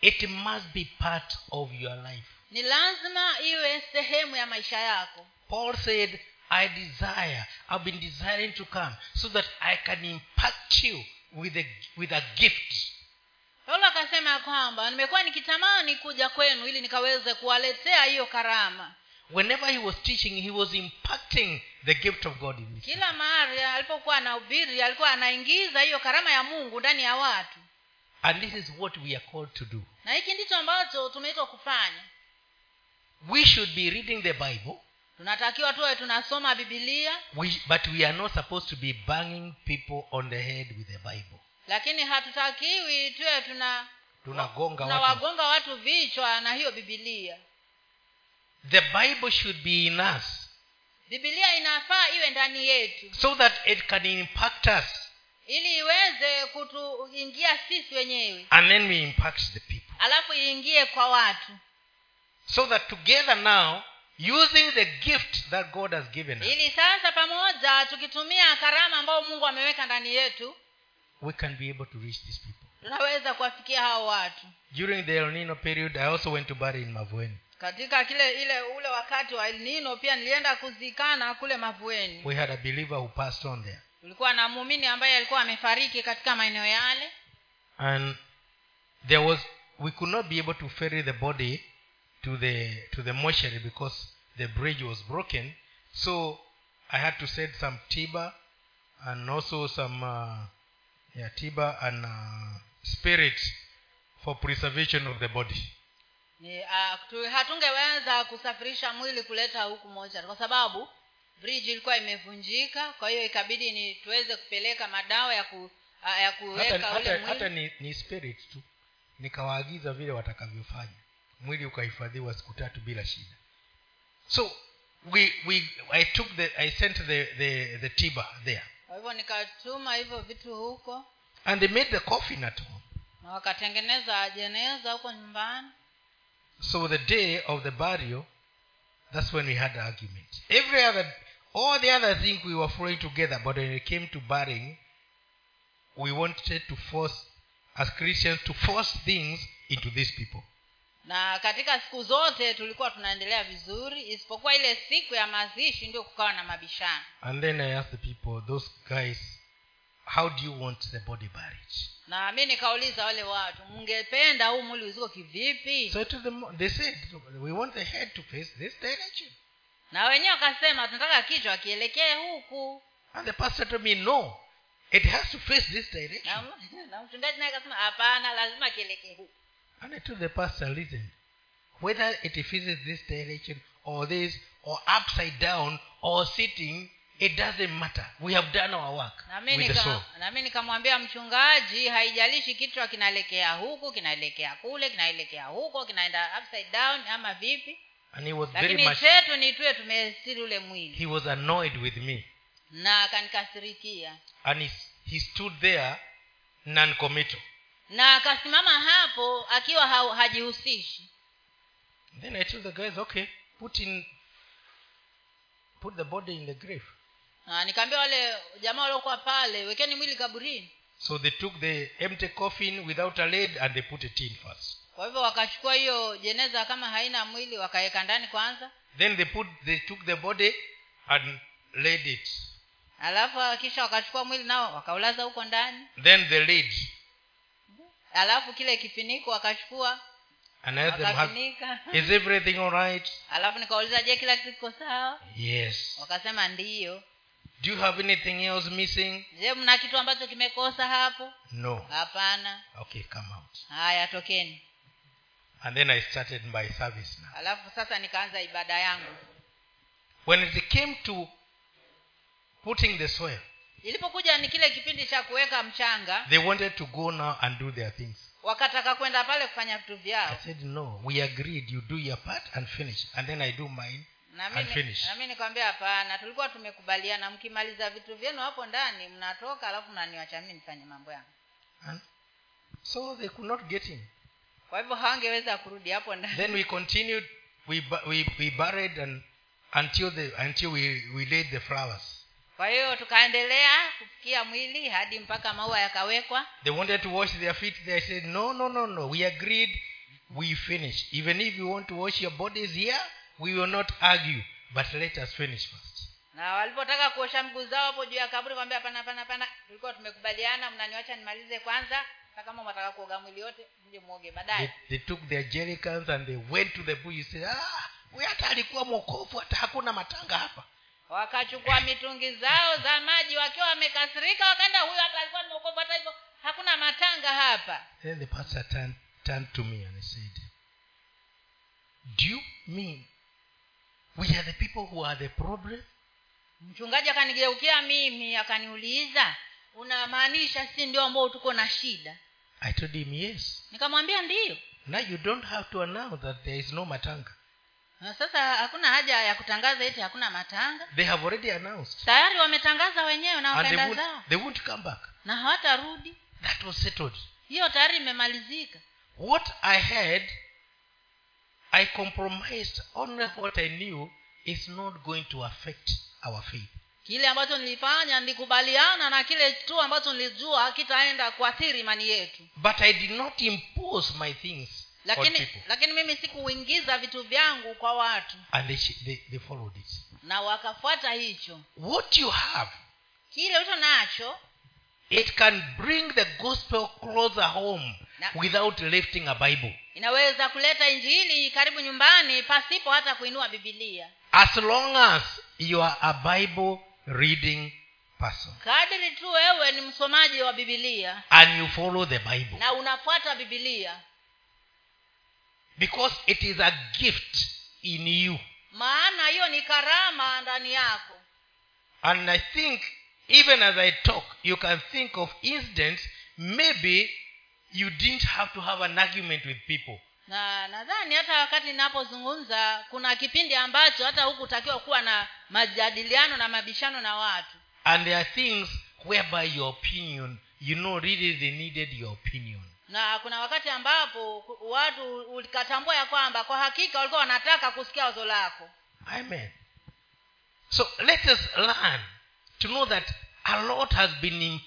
Speaker 1: It must be part of your life.
Speaker 2: ni lazima iwe sehemu ya maisha yako
Speaker 1: Paul said, I desire, I've been desiring to come so that I can impact you with a, with a gift.
Speaker 2: paulo akasema ya kwamba nimekuwa nikitamani kuja kwenu ili nikaweze kuwaletea hiyo karama
Speaker 1: Whenever he was teaching, he was impacting the gift of God in me.
Speaker 2: kila mahali alipokuwa anahubiri alikuwa anaingiza hiyo karama ya mungu ndani ya watu
Speaker 1: And this is what we are called to do.
Speaker 2: na hiki ndicho ambacho tumeitwa kufanya
Speaker 1: We should be reading the Bible,
Speaker 2: tunatakiwa tuwe tunasoma bibilia
Speaker 1: we, but we are not supposed to be banging people on the head with the Bible.
Speaker 2: lakini hatutakiwi tuwe tuna
Speaker 1: Tunagonga watu.
Speaker 2: tunawagonga watu vichwa na hiyo bibilia
Speaker 1: The Bible should be in us
Speaker 2: bibilia inafaa iwe ndani yetu
Speaker 1: so that it can impact us
Speaker 2: ili iweze kutuingia sisi wenyewe
Speaker 1: and then we impact the people.
Speaker 2: alafu iingie kwa watu
Speaker 1: So that together now, using the gift that God has given us,
Speaker 2: ili sasa pamoja tukitumia karama ambayo mungu ameweka ndani yetu
Speaker 1: we can be able to reach these people.
Speaker 2: tunaweza kuwafikia hao watu
Speaker 1: During the El Nino period, I also went to bury in Mavueni.
Speaker 2: katika kile ile ule wakati wa El nino pia nilienda kuzikana kule mavueni
Speaker 1: We had a believer who passed on there.
Speaker 2: ulikuwa na muumini ambaye alikuwa amefariki katika maeneo yale
Speaker 1: and there was we could not be able to ferry the body to the to the mortuary because the bridge was broken so i had to send some tiba and also some uh, yeah, tiba and uh, spirit for preservation of the body
Speaker 2: ni ah, tu- hatungeweza kusafirisha mwili kuleta huku mochari kwa sababu bridge ilikuwa imevunjika kwa hiyo ikabidi ni tuweze kupeleka madawa ya ku, ah, ya
Speaker 1: hata,
Speaker 2: kuweka ule
Speaker 1: hata, hata
Speaker 2: mwili
Speaker 1: ni, ni spirit tu nikawaagiza vile watakavyofanya mwili ukahifadhiwa siku tatu bila shida so we, we, i took the i sent the, the, the tiba there
Speaker 2: kwa hivyo nikatuma hivyo vitu huko
Speaker 1: And they made the coffin at home.
Speaker 2: na wakatengeneza jeneza huko nyumbani
Speaker 1: So the day of the burial, that's when we had the argument. Every other, all the other things we were following together, but when it came to burying, we wanted to force, as Christians, to force things into these people.
Speaker 2: na katika siku zote tulikuwa tunaendelea vizuri isipokuwa ile siku ya mazishi ndio kukawa na mabishano
Speaker 1: And then I asked the people, those guys, how do you want the body buried?
Speaker 2: na mi nikauliza wale watu mngependa huu mwili uziko kivipi
Speaker 1: So to them, they said, we want the head to face this direction.
Speaker 2: na wenyewe wakasema tunataka kichwa kielekee huku
Speaker 1: And the pastor told me, no, it has to face this direction.
Speaker 2: na, m- na mchungaji naye akasema hapana lazima kielekee huku
Speaker 1: And I told the pastor, listen, whether it faces this direction or this or upside down or sitting, it doesn't matter. We have done our work
Speaker 2: nami
Speaker 1: with the soul.
Speaker 2: nika- nami nikamwambia mchungaji haijalishi kichwa kinaelekea huku kinaelekea kule kinaelekea huko kinaenda upside down ama vipi
Speaker 1: And he was very
Speaker 2: lakini
Speaker 1: much
Speaker 2: chetu ni tuwe tumesiri ule mwili
Speaker 1: he was annoyed with me.
Speaker 2: na akanikasirikia
Speaker 1: And he, he stood there non committal.
Speaker 2: na akasimama hapo akiwa ha- hajihusishi
Speaker 1: Then I told the guys, okay, put in put the body in the grave.
Speaker 2: na nikaambia wale jamaa waliokuwa pale wekeni mwili kaburini
Speaker 1: So they took the empty coffin without a lid and they put it in first.
Speaker 2: kwa hivyo wakachukua hiyo jeneza kama haina mwili wakaweka ndani kwanza
Speaker 1: Then they put they took the body and laid it
Speaker 2: alafu kisha wakachukua mwili nao wakaulaza huko ndani
Speaker 1: then the lid
Speaker 2: alafu kile kifiniko wakachukua
Speaker 1: and I asked them "Have-
Speaker 2: wakafinika
Speaker 1: is everything all right
Speaker 2: alafu nikauliza je kila kitu kiko sawa
Speaker 1: yes
Speaker 2: wakasema ndiyo
Speaker 1: do you have anything else missing
Speaker 2: je mna kitu ambacho kimekosa hapo
Speaker 1: no
Speaker 2: hapana
Speaker 1: okay come out
Speaker 2: haya tokeni
Speaker 1: and then i started my service now
Speaker 2: alafu sasa nikaanza ibada yangu
Speaker 1: when it came to putting the soil
Speaker 2: ilipokuja ni kile kipindi cha kuweka mchanga
Speaker 1: they wanted to go now and do their things
Speaker 2: wakataka kwenda pale kufanya vitu
Speaker 1: i
Speaker 2: vyao
Speaker 1: said no we agreed you do your part and finish and then i do mine
Speaker 2: na
Speaker 1: And
Speaker 2: mimi
Speaker 1: finish.
Speaker 2: na mimi nikwambia hapana tulikuwa tumekubaliana mkimaliza vitu vyenu hapo ndani mnatoka alafu mnaniwacha mimi nifanye mambo yangu
Speaker 1: and so they could not get in
Speaker 2: kwa hivyo hawangeweza kurudi hapo ndani
Speaker 1: then we continued we, bu- we, we buried and until the until we, we laid the flowers
Speaker 2: kwa hiyo tukaendelea kufikia mwili hadi mpaka maua yakawekwa
Speaker 1: they wanted to wash their feet they said no no no no we agreed we finish even if you want to wash your bodies here we will not argue but let us finish first
Speaker 2: na walipotaka kuosha mguu zao hapo juu ya kaburi kwambia hapana hapana hapana tulikuwa tumekubaliana mnaniwacha nimalize kwanza hata kama mwataka kuoga mwili yote mje mwoge
Speaker 1: they,
Speaker 2: baadaye
Speaker 1: they took their jerry cans and they went to the bush and said ah we hata alikuwa mwokovu hata hakuna matanga hapa
Speaker 2: wakachukua mitungi zao za maji wakiwa wamekasirika wakaenda huyu hata alikuwa nimeokopa hata hivyo hakuna matanga hapa
Speaker 1: Then the pastor turned, turned to me and he said, Do you mean we are the people who are the problem?
Speaker 2: mchungaji akanigeukia mimi akaniuliza unamaanisha si ndio ambao tuko na shida
Speaker 1: I told him, Yes.
Speaker 2: nikamwambia ndiyo
Speaker 1: Now you don't have to announce that there is no matanga.
Speaker 2: Na sasa hakuna haja ya kutangaza eti hakuna matanga
Speaker 1: They have already announced.
Speaker 2: tayari wametangaza wenyewe na
Speaker 1: And they
Speaker 2: wakaenda
Speaker 1: won't,
Speaker 2: zao
Speaker 1: they won't come back.
Speaker 2: na hawatarudi
Speaker 1: That was settled.
Speaker 2: hiyo tayari imemalizika
Speaker 1: What I had, I compromised on what I knew is not going to affect our faith.
Speaker 2: kile ambacho nilifanya nilikubaliana na kile tu ambacho nilijua hakitaenda kuathiri imani yetu
Speaker 1: But I did not impose my things on
Speaker 2: lakini
Speaker 1: people.
Speaker 2: lakini mimi sikuingiza vitu vyangu kwa watu
Speaker 1: And they, sh- they, they followed it.
Speaker 2: na wakafuata hicho
Speaker 1: What you have
Speaker 2: kile ulicho nacho
Speaker 1: It can bring the gospel closer home
Speaker 2: Na-
Speaker 1: without lifting a Bible.
Speaker 2: inaweza kuleta injili karibu nyumbani pasipo hata kuinua bibilia
Speaker 1: As long as you are a Bible reading person
Speaker 2: kadiri tu wewe ni msomaji wa bibilia
Speaker 1: and you follow the Bible.
Speaker 2: na unafuata bibilia
Speaker 1: Because it is a gift in you.
Speaker 2: maana hiyo ni karama ndani yako
Speaker 1: And I think, even as I talk, you can think of incidents maybe you didn't have to have an argument with people.
Speaker 2: na nadhani hata wakati ninapozungumza kuna kipindi ambacho hata hukutakiwa kuwa na majadiliano na mabishano na watu
Speaker 1: And there are things whereby your opinion, you know, really they needed your opinion.
Speaker 2: na kuna wakati ambapo ku- watu ulikatambua ya kwamba kwa hakika walikuwa wanataka kusikia wazo lako
Speaker 1: Amen. So let us learn to know that a lot has been im-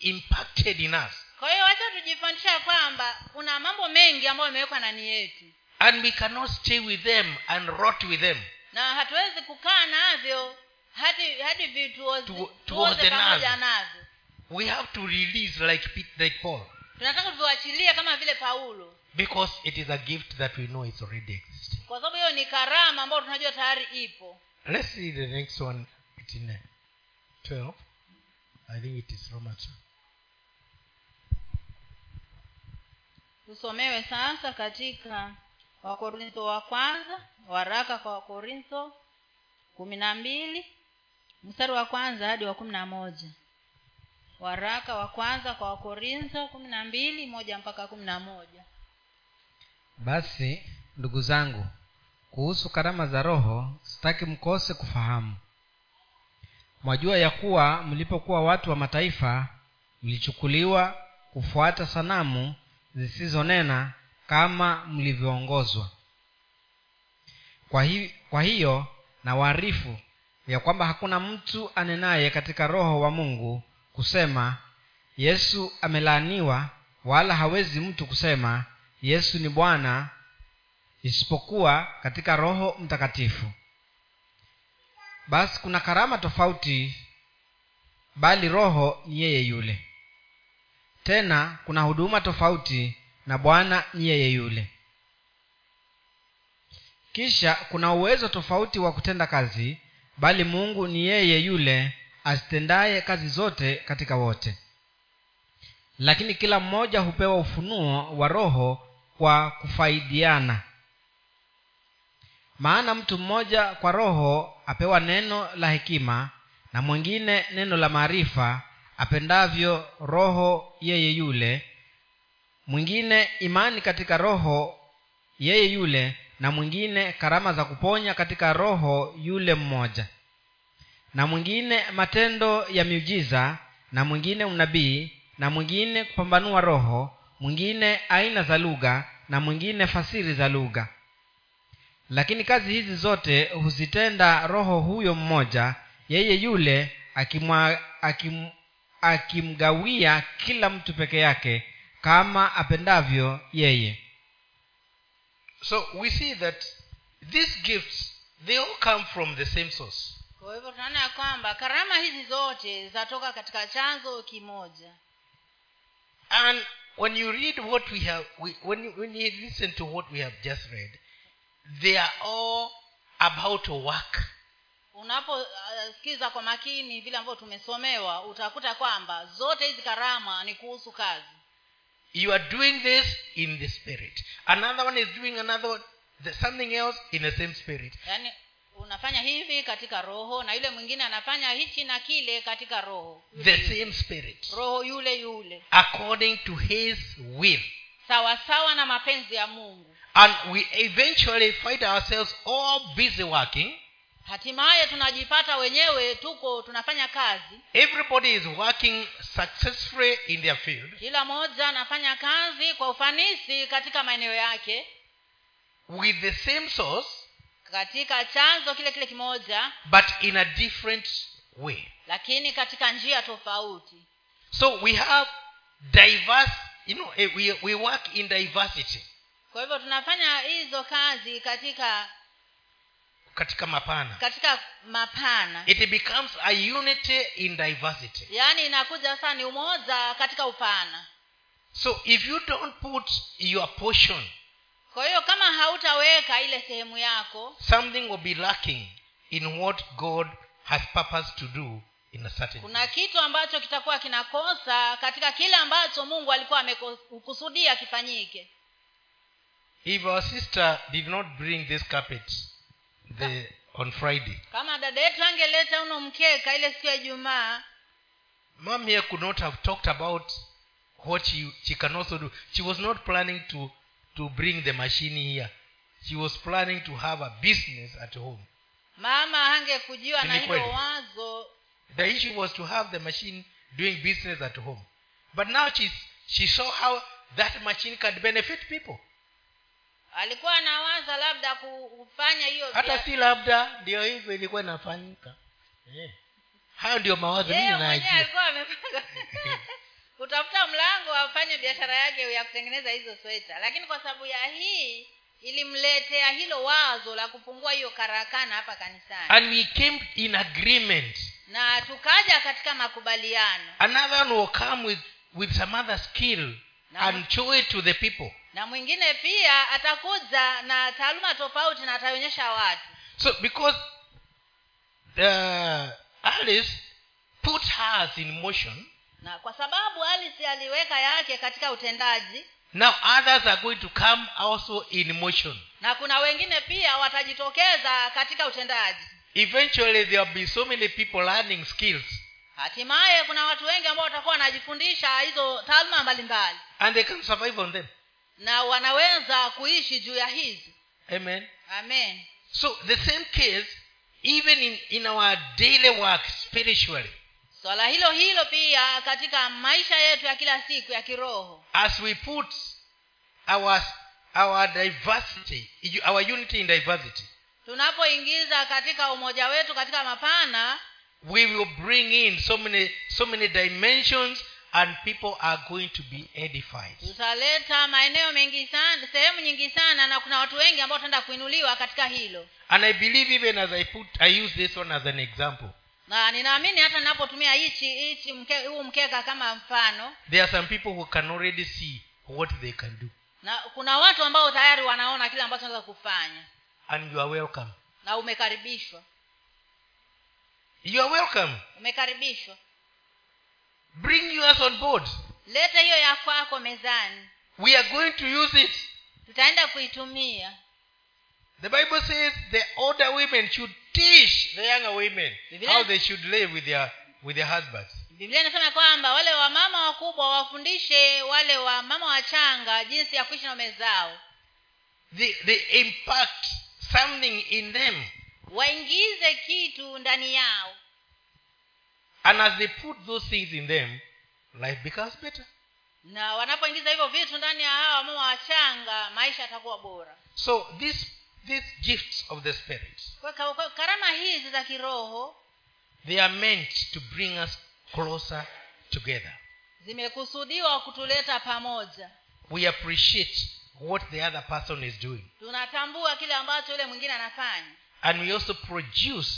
Speaker 1: impacted in us.
Speaker 2: kwa hiyo wacha tujifundisha kwamba kuna mambo mengi ambayo yamewekwa ndani yetu
Speaker 1: And we cannot stay with them and rot with them
Speaker 2: na hatuwezi kukaa navyo hadi hadi vituoze
Speaker 1: Tu- tuoze
Speaker 2: tuoze pamoja
Speaker 1: navyo.
Speaker 2: navyo
Speaker 1: We have to release like, Pet- like Paul
Speaker 2: tunataka tuviwachilie kama vile paulo
Speaker 1: because it is a gift that we know is already existing.
Speaker 2: kwa sababu hiyo ni karama ambayo tunajua tayari ipo
Speaker 1: Let's see the next one. It's in uh, 12. I think it is Romans.
Speaker 2: tusomewe sasa katika wakorintho wa kwanza waraka kwa wakorintho kumi na mbili mstari wa kwanza hadi wa kumi na moja waraka wa kwanza kwa wakorintho kumi na mbili moja mpaka kumi na moja
Speaker 3: basi ndugu zangu kuhusu karama za roho sitaki mkose kufahamu mwajua ya kuwa mlipokuwa watu wa mataifa mlichukuliwa kufuata sanamu zisizonena kama mlivyoongozwa kwa, hi, kwa hiyo na waarifu ya kwamba hakuna mtu anenaye katika roho wa mungu kusema yesu amelaaniwa wala hawezi mtu kusema yesu ni bwana isipokuwa katika roho mtakatifu basi kuna karama tofauti bali roho ni yeye yule tena kuna huduma tofauti na bwana ni yeye yule kisha kuna uwezo tofauti wa kutenda kazi bali mungu ni yeye yule azitendaye kazi zote katika wote lakini kila mmoja hupewa ufunuo wa roho kwa kufaidiana maana mtu mmoja kwa roho apewa neno la hekima na mwingine neno la maarifa apendavyo roho yeye yule mwingine imani katika roho yeye yule na mwingine karama za kuponya katika roho yule mmoja na mwingine matendo ya miujiza na mwingine unabii na mwingine kupambanua roho mwingine aina za lugha na mwingine fasiri za lugha lakini kazi hizi zote huzitenda roho huyo mmoja yeye yule akimwa, akim, akimgawia kila mtu peke yake kama apendavyo yeye
Speaker 1: So we see that these gifts, they all come from the same source.
Speaker 2: kwa hivyo tunaona ya kwamba karama hizi zote zatoka katika chanzo kimoja
Speaker 1: And when you read what we have, we, when, you, when you listen to what we have just read, they are all about work.
Speaker 2: unaposikiza uh, kwa makini vile ambavyo tumesomewa utakuta kwamba zote hizi karama ni kuhusu kazi
Speaker 1: You are doing this in the spirit. Another one is doing another one, the- something else in the same spirit.
Speaker 2: yaani unafanya hivi katika roho na yule mwingine anafanya hichi na kile katika roho
Speaker 1: The same spirit.
Speaker 2: roho yule yule
Speaker 1: According to his will.
Speaker 2: sawa sawa na mapenzi ya mungu
Speaker 1: And we eventually find ourselves all busy working.
Speaker 2: hatimaye tunajipata wenyewe tuko tunafanya kazi
Speaker 1: Everybody is working successfully in their field.
Speaker 2: kila mmoja anafanya kazi kwa ufanisi katika maeneo yake
Speaker 1: with the same source
Speaker 2: katika chanzo kile kile kimoja
Speaker 1: but in a different way
Speaker 2: lakini katika njia tofauti
Speaker 1: so we have diverse you know eh, we, we work in diversity
Speaker 2: kwa hivyo tunafanya hizo kazi katika
Speaker 1: katika mapana
Speaker 2: katika mapana
Speaker 1: it becomes a unity in diversity
Speaker 2: yaani inakuja sasa ni umoja katika upana
Speaker 1: so if you don't put your portion
Speaker 2: kwa hiyo kama hautaweka ile sehemu yako
Speaker 1: something will be lacking in what god has purpose to do in a certain
Speaker 2: kuna kitu ambacho kitakuwa kinakosa katika kile ambacho mungu alikuwa amekusudia kifanyike
Speaker 1: if our sister did not bring this carpet the, on friday
Speaker 2: kama dada yetu angeleta uno mkeka ile siku ya ijumaa
Speaker 1: Mom here could not have talked about what she, she can also do. She was not planning to, to bring the machine here. She was planning to have a business at home.
Speaker 2: mama hangekujiwa na
Speaker 1: Ni
Speaker 2: hilo
Speaker 1: kweli.
Speaker 2: wazo
Speaker 1: The issue was to have the machine doing business at home. But now she's, she saw how that machine could benefit people.
Speaker 2: alikuwa anawaza labda ku- kufanya hiyo
Speaker 1: hata
Speaker 2: bia-
Speaker 1: si labda ndio hivyo ilikuwa inafanyika Eh. hayo ndio mawazo mimi
Speaker 2: yeye mwenyewe
Speaker 1: naajia
Speaker 2: alikuwa amepanga kutafuta mlango afanye biashara yake ya kutengeneza hizo sweta lakini kwa sababu ya hii ilimletea hilo wazo la kufungua hiyo karakana hapa kanisani
Speaker 1: and we came in agreement
Speaker 2: na tukaja katika makubaliano
Speaker 1: another one will come with, with some other skill
Speaker 2: Na-
Speaker 1: and show it to the people
Speaker 2: na mwingine pia atakuja na taaluma tofauti na ataionyesha watu
Speaker 1: so because uh, alice put hers in motion
Speaker 2: na kwa sababu alisi aliweka yake katika utendaji
Speaker 1: now others are going to come also in motion
Speaker 2: na kuna wengine pia watajitokeza katika utendaji
Speaker 1: eventually there will be so many people learning skills
Speaker 2: hatimaye kuna watu wengi ambao watakuwa wanajifundisha hizo taaluma mbalimbali
Speaker 1: and they can survive on them
Speaker 2: na wanaweza kuishi juu ya hizi
Speaker 1: amen
Speaker 2: amen
Speaker 1: so the same case even in, in our daily work spiritually
Speaker 2: swala hilo hilo pia katika maisha yetu ya kila siku ya kiroho
Speaker 1: as we put our our diversity our unity in diversity
Speaker 2: tunapoingiza katika umoja wetu katika mapana
Speaker 1: we will bring in so many so many dimensions and people are going to be edified
Speaker 2: tutaleta maeneo mengi sana sehemu nyingi sana na kuna watu wengi ambao tutaenda kuinuliwa katika hilo
Speaker 1: and i believe even as i put i use this one as an example
Speaker 2: na ninaamini hata ninapotumia hichi hichi mke, huu mkeka kama mfano
Speaker 1: there are some people who can already see what they can do
Speaker 2: na kuna watu ambao tayari wanaona kile ambacho naweza kufanya
Speaker 1: and you are welcome
Speaker 2: na umekaribishwa
Speaker 1: you are welcome
Speaker 2: umekaribishwa
Speaker 1: bring yours on board
Speaker 2: lete hiyo ya kwako mezani
Speaker 1: we are going to use it
Speaker 2: tutaenda kuitumia
Speaker 4: The Bible says the older women should teach the younger women
Speaker 2: Biblia-
Speaker 4: how they should live with their with their husbands.
Speaker 2: biblia inasema kwamba wale wamama wakubwa wafundishe wale wamama wachanga jinsi ya kuishi na waume zao
Speaker 4: They, they impact something in them.
Speaker 2: waingize kitu ndani yao
Speaker 4: And as they put those things in them, life becomes better.
Speaker 2: na wanapoingiza hivyo vitu ndani ya hawa wamama wachanga maisha yatakuwa bora
Speaker 4: So this these gifts of the Spirit,
Speaker 2: kwa, kwa, kwa karama hizi za kiroho
Speaker 4: they are meant to bring us closer together.
Speaker 2: zimekusudiwa kutuleta pamoja
Speaker 4: We appreciate what the other person is doing.
Speaker 2: tunatambua kile ambacho yule mwingine anafanya
Speaker 4: And we also produce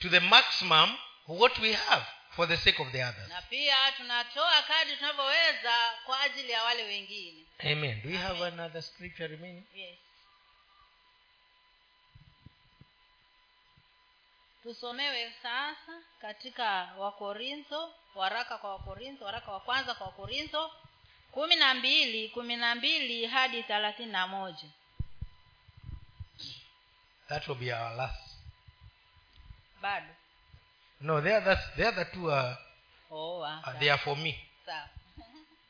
Speaker 4: to the maximum what we have for the sake of the others.
Speaker 2: na pia tunatoa kadi tunavyoweza kwa ajili ya wale wengine
Speaker 4: Amen. Do we have another scripture remaining?
Speaker 2: yes. tusomewe sasa katika wakorintho waraka kwa wakorintho waraka wa kwanza kwa wakorintho kumi na mbili kumi na mbili hadi thelathini na moja
Speaker 4: That will be our last.
Speaker 2: bado
Speaker 4: No, the others, the other two are,
Speaker 2: oh, ah, sawa,
Speaker 4: are they are for me.
Speaker 2: sawa.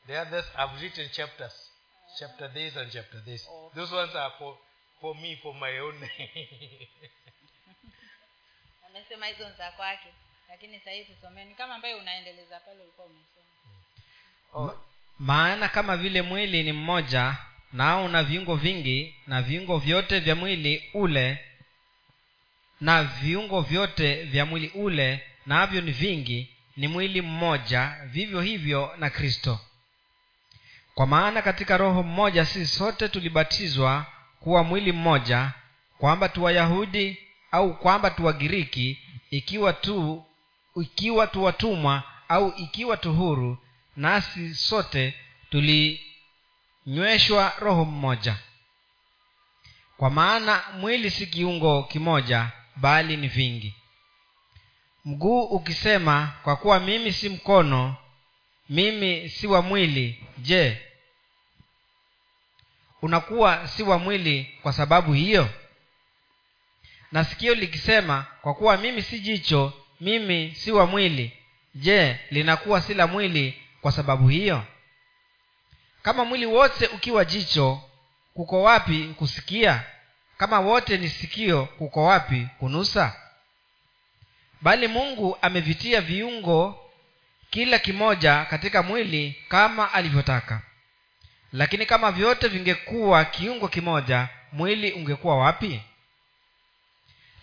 Speaker 4: The others I've written chapters, chapter this and chapter this.
Speaker 2: Okay.
Speaker 4: Those ones are for for me for my own.
Speaker 2: amesema hizo ni za kwake lakini sahii tusomee ni kama ambayo unaendeleza pale ulikuwa umesoma
Speaker 4: oh,
Speaker 1: maana kama vile mwili ni mmoja nao una viungo vingi na viungo vyote vya mwili ule na viungo vyote vya mwili ule navyo ni vingi ni mwili mmoja vivyo hivyo na kristo kwa maana katika roho mmoja sisi sote tulibatizwa kuwa mwili mmoja kwamba tu wayahudi au kwamba tu wagiriki ikiwa tu ikiwa tu watumwa au ikiwa tu huru nasi sote tulinyweshwa roho mmoja kwa maana mwili si kiungo kimoja bali ni vingi mguu ukisema kwa kuwa mimi si mkono mimi si wa mwili je unakuwa si wa mwili kwa sababu hiyo na sikio likisema kwa kuwa mimi si jicho mimi si wa mwili je linakuwa si la mwili kwa sababu hiyo kama mwili wote ukiwa jicho kuko wapi kusikia kama wote ni sikio kuko wapi kunusa bali mungu amevitia viungo kila kimoja katika mwili kama alivyotaka lakini kama vyote vingekuwa kiungo kimoja mwili ungekuwa wapi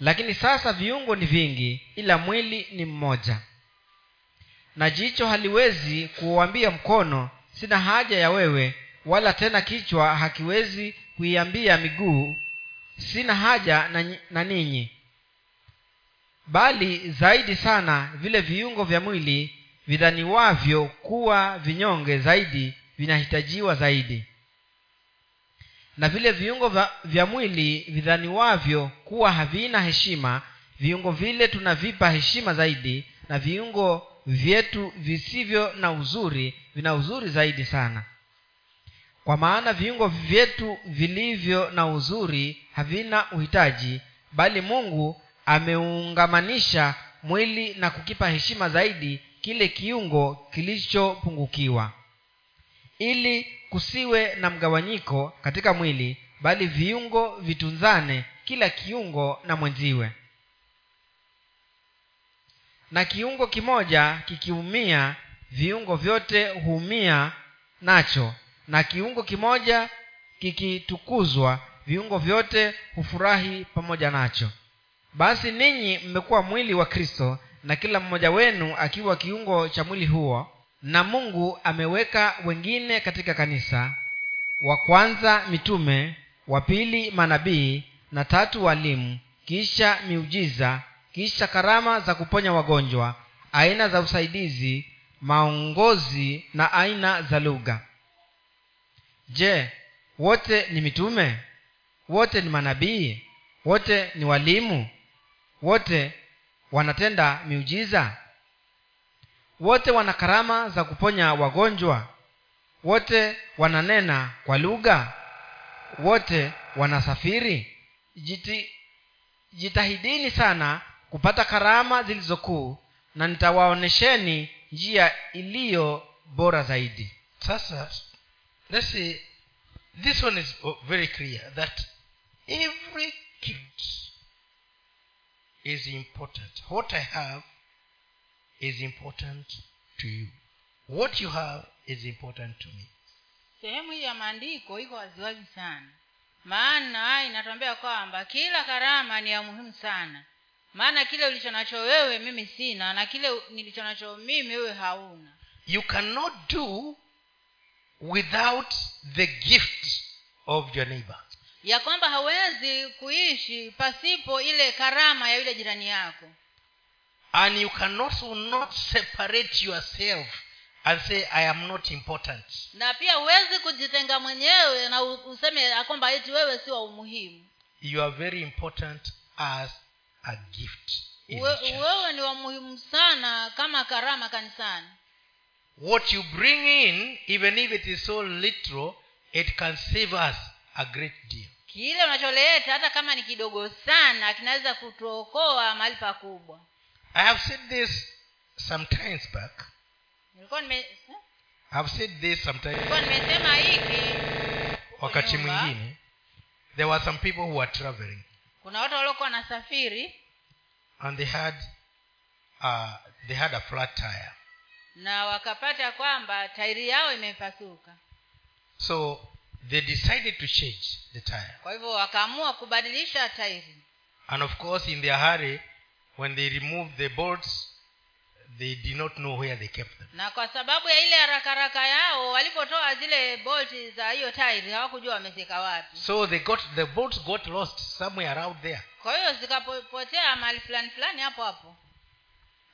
Speaker 1: lakini sasa viungo ni vingi ila mwili ni mmoja na jicho haliwezi kuuambia mkono sina haja ya wewe wala tena kichwa hakiwezi kuiambia miguu sina haja na, nyi- na ninyi bali zaidi sana vile viungo vya mwili vidhaniwavyo kuwa vinyonge zaidi vinahitajiwa zaidi na vile viungo vya, vya mwili vidhaniwavyo kuwa havina heshima viungo vile tunavipa heshima zaidi na viungo vyetu visivyo na uzuri vina uzuri zaidi sana kwa maana viungo vyetu vilivyo na uzuri havina uhitaji bali mungu ameungamanisha mwili na kukipa heshima zaidi kile kiungo kilichopungukiwa ili kusiwe na mgawanyiko katika mwili bali viungo vitunzane kila kiungo na mwenziwe na kiungo kimoja kikiumia viungo vyote huumia nacho na kiungo kimoja kikitukuzwa viungo vyote hufurahi pamoja nacho basi ninyi mmekuwa mwili wa kristo na kila mmoja wenu akiwa kiungo cha mwili huo na mungu ameweka wengine katika kanisa wa kwanza mitume wa pili manabii na tatu walimu kisha miujiza kisha karama za kuponya wagonjwa aina za usaidizi maongozi na aina za lugha je wote ni mitume wote ni manabii wote ni walimu wote wanatenda miujiza wote wana karama za kuponya wagonjwa wote wananena kwa lugha wote wanasafiri Jiti, jitahidini sana kupata karama zilizokuu na nitawaonesheni njia iliyo bora zaidi
Speaker 4: Sasa, let's see, this one is o- very clear that every gift is important. What I have is important to you. What you have is important to me.
Speaker 2: sehemu hii ya maandiko iko waziwazi sana maana inatuambia kwamba kila karama ni ya muhimu sana maana kile ulicho nacho wewe mimi sina na kile u- nilicho nacho mimi wewe hauna
Speaker 4: You cannot do without the gift of your neighbor.
Speaker 2: ya kwamba hawezi kuishi pasipo ile karama ya yule jirani yako
Speaker 4: And you can also not separate yourself and say, I am not important.
Speaker 2: na pia huwezi kujitenga mwenyewe na u- useme ya kwamba eti wewe si wa umuhimu
Speaker 4: You are very important as a gift. In the
Speaker 2: We,
Speaker 4: church.
Speaker 2: wewe ni wa muhimu sana kama karama kanisani
Speaker 4: What you bring in, even if it is so little, it can save us a great deal.
Speaker 2: kile unacholeta hata kama ni kidogo sana kinaweza kutuokoa mahali pakubwa
Speaker 4: I have said this sometimes back.
Speaker 2: nilikuwa nime eh?
Speaker 4: I've said this sometimes
Speaker 2: nilikuwa nimesema hiki
Speaker 4: wakati
Speaker 2: nyumba.
Speaker 4: mwingine. There were some people who were traveling
Speaker 2: kuna watu waliokuwa wanasafiri
Speaker 4: and they had uh, they had a flat tire.
Speaker 2: na wakapata kwamba tairi yao imepasuka
Speaker 4: So they decided to change the tire.
Speaker 2: kwa hivyo wakaamua kubadilisha tairi
Speaker 4: And of course, in their hurry, when they removed the bolts, they did not know where they kept them.
Speaker 2: na kwa sababu ya ile harakaraka yao walipotoa zile bolti za hiyo tairi hawakujua wamezeka wapi
Speaker 4: So they got the bolts got lost somewhere around there.
Speaker 2: kwa hiyo zikapotea mahali fulani fulani hapo hapo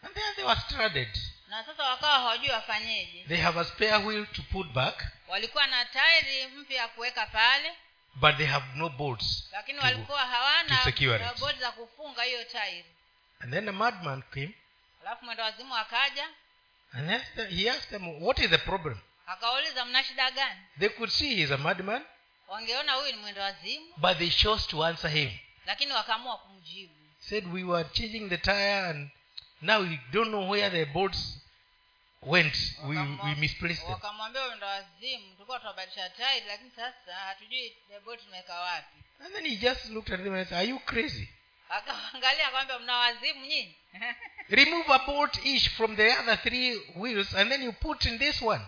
Speaker 4: And there they were stranded.
Speaker 2: na sasa wakawa hawajui wafanyeje
Speaker 4: They have a spare wheel to put back,
Speaker 2: walikuwa na tairi mpya ya kuweka pale
Speaker 4: but they have no bolts.
Speaker 2: lakini
Speaker 4: to go.
Speaker 2: walikuwa hawana
Speaker 4: to secure it.
Speaker 2: roboti za kufunga hiyo tairi
Speaker 4: And then a madman came
Speaker 2: alafu mwenda wazimu akaja
Speaker 4: and he asked them, he asked them, What is the problem?
Speaker 2: akawauliza mna shida gani
Speaker 4: They could see he's a madman,
Speaker 2: wangeona huyu ni mwenda wazimu
Speaker 4: but they chose to answer him.
Speaker 2: lakini wakaamua kumjibu
Speaker 4: said we were changing the tire and now we don't know where the bolts went. We, we
Speaker 2: Wakamwa-
Speaker 4: misplaced them.
Speaker 2: wakamwambia huyu ndo wazimu tulikuwa tunabadilisha tairi lakini sasa hatujui roboti tumeweka wapi
Speaker 4: And then he just looked at them and said, Are you crazy?
Speaker 2: akaangalia akamwambia mna wazimu nyinyi
Speaker 4: Remove a bolt each from the other three wheels and then you put in this one.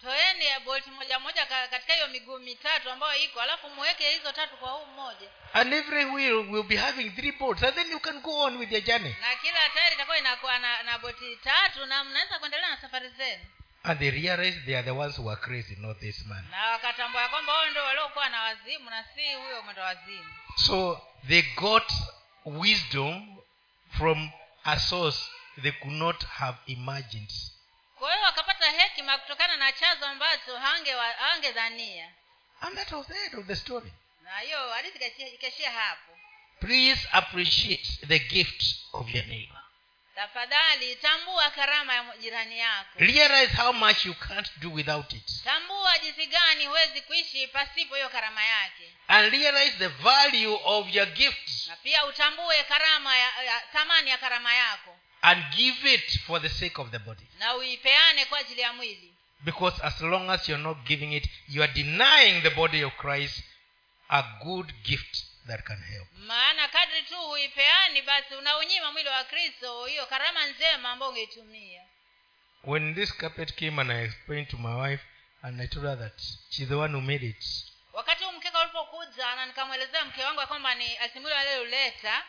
Speaker 2: toeni ya bolti moja moja ka- katika hiyo miguu mitatu ambayo iko alafu muweke hizo tatu kwa huu mmoja
Speaker 4: And every wheel will be having three bolts and then you can go on with your journey.
Speaker 2: na kila tairi itakuwa inakuwa na, na boti tatu na mnaweza kuendelea na safari zenu
Speaker 4: And they realized they are the ones who are crazy, not this man.
Speaker 2: na wakatambua ya kwamba wao ndio waliokuwa na wazimu na si huyo mwendo wazimu
Speaker 4: So they got wisdom from a source they could not have imagined.
Speaker 2: kwa hiyo wakapata hekima kutokana na chanzo ambacho hangewa- hawangedhania
Speaker 4: And that was the end of the story.
Speaker 2: na hiyo hadithi ikaishia- ikaishia hapo
Speaker 4: Please appreciate the gift of your neighbor.
Speaker 2: tafadhali tambua karama ya jirani yako
Speaker 4: Realize how much you can't do without it.
Speaker 2: tambua jinsi gani huwezi kuishi pasipo hiyo karama yake
Speaker 4: And realize the value of your gift
Speaker 2: na pia utambue karama ya, ya, thamani ya karama yako
Speaker 4: and give it for the sake of the body.
Speaker 2: na uipeane kwa ajili ya mwili
Speaker 4: Because as long as you're not giving it, you are denying the body of Christ a good gift that can help.
Speaker 2: maana kadri tu huipeani basi unaunyima mwili wa kristo hiyo karama njema ambayo ungeitumia
Speaker 4: When this carpet came and I explained to my wife, and I told her that she's the one who made it.
Speaker 2: wakati huu mkeka ulipokuja na nikamwelezea mke wangu ya kwamba ni asimuli aliyoleta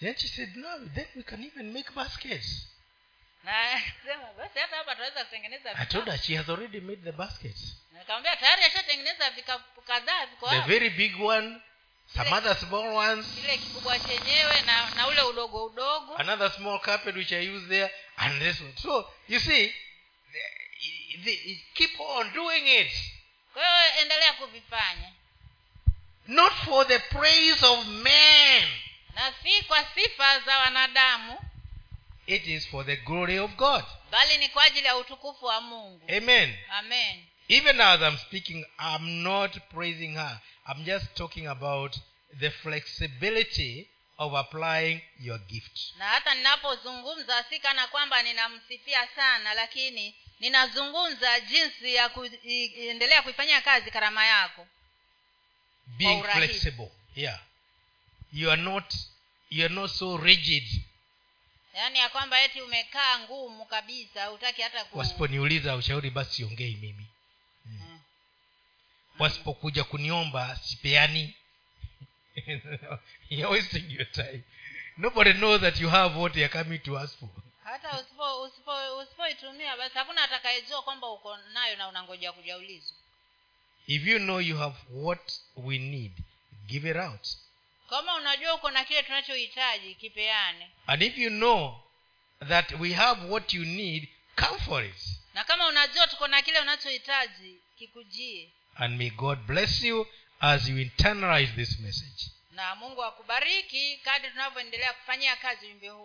Speaker 4: Then she said, No, then we can even make baskets.
Speaker 2: na akasema basi hata hapa tunaweza kutengeneza
Speaker 4: I told
Speaker 2: vikapu."
Speaker 4: her she has already made the baskets.
Speaker 2: Na nikamwambia tayari ashatengeneza vikapu kadhaa viko
Speaker 4: the
Speaker 2: hapo.
Speaker 4: very big one, some
Speaker 2: Ile-
Speaker 4: other small ones,
Speaker 2: kile kikubwa chenyewe na na ule udogo udogo
Speaker 4: another small carpet which I use there, and this one. So you see, the- the- keep on doing it,
Speaker 2: kwa hiyo endelea kuvifanya
Speaker 4: not for the praise of man.
Speaker 2: na si kwa sifa za wanadamu
Speaker 4: It is for the glory of God.
Speaker 2: bali ni kwa ajili ya utukufu wa mungu
Speaker 4: Amen.
Speaker 2: amen
Speaker 4: Even now as I'm speaking, I'm not praising her. i'm just talking about the flexibility of applying your gift
Speaker 2: na hata ninapozungumza si kana kwamba ninamsifia sana lakini ninazungumza jinsi ya kuendelea kuifanyia kazi karama yako
Speaker 4: being
Speaker 2: Kwa urahisi.
Speaker 4: flexible yeah you are not you are not so rigid
Speaker 2: yaani ya kwamba eti umekaa ngumu kabisa hutaki hata ku...
Speaker 4: wasiponiuliza ushauri basi siongei mimi Hmm.
Speaker 2: Mm.
Speaker 4: wasipokuja kuniomba sipeani you're wasting your time nobody knows that you have what you're coming to ask for
Speaker 2: hata usipo usipo usipoitumia basi hakuna atakayejua kwamba uko nayo na unangoja kujaulizwa
Speaker 4: if you know you have what we need give it out
Speaker 2: kama unajua uko na kile tunachohitaji kipeane
Speaker 4: and if you know that we have what you need come for it
Speaker 2: na kama unajua tuko na kile unachohitaji kikujie
Speaker 4: and may god bless you as you internalize this message
Speaker 2: na mungu akubariki kadri tunavyoendelea kufanyia kazi wimbe huu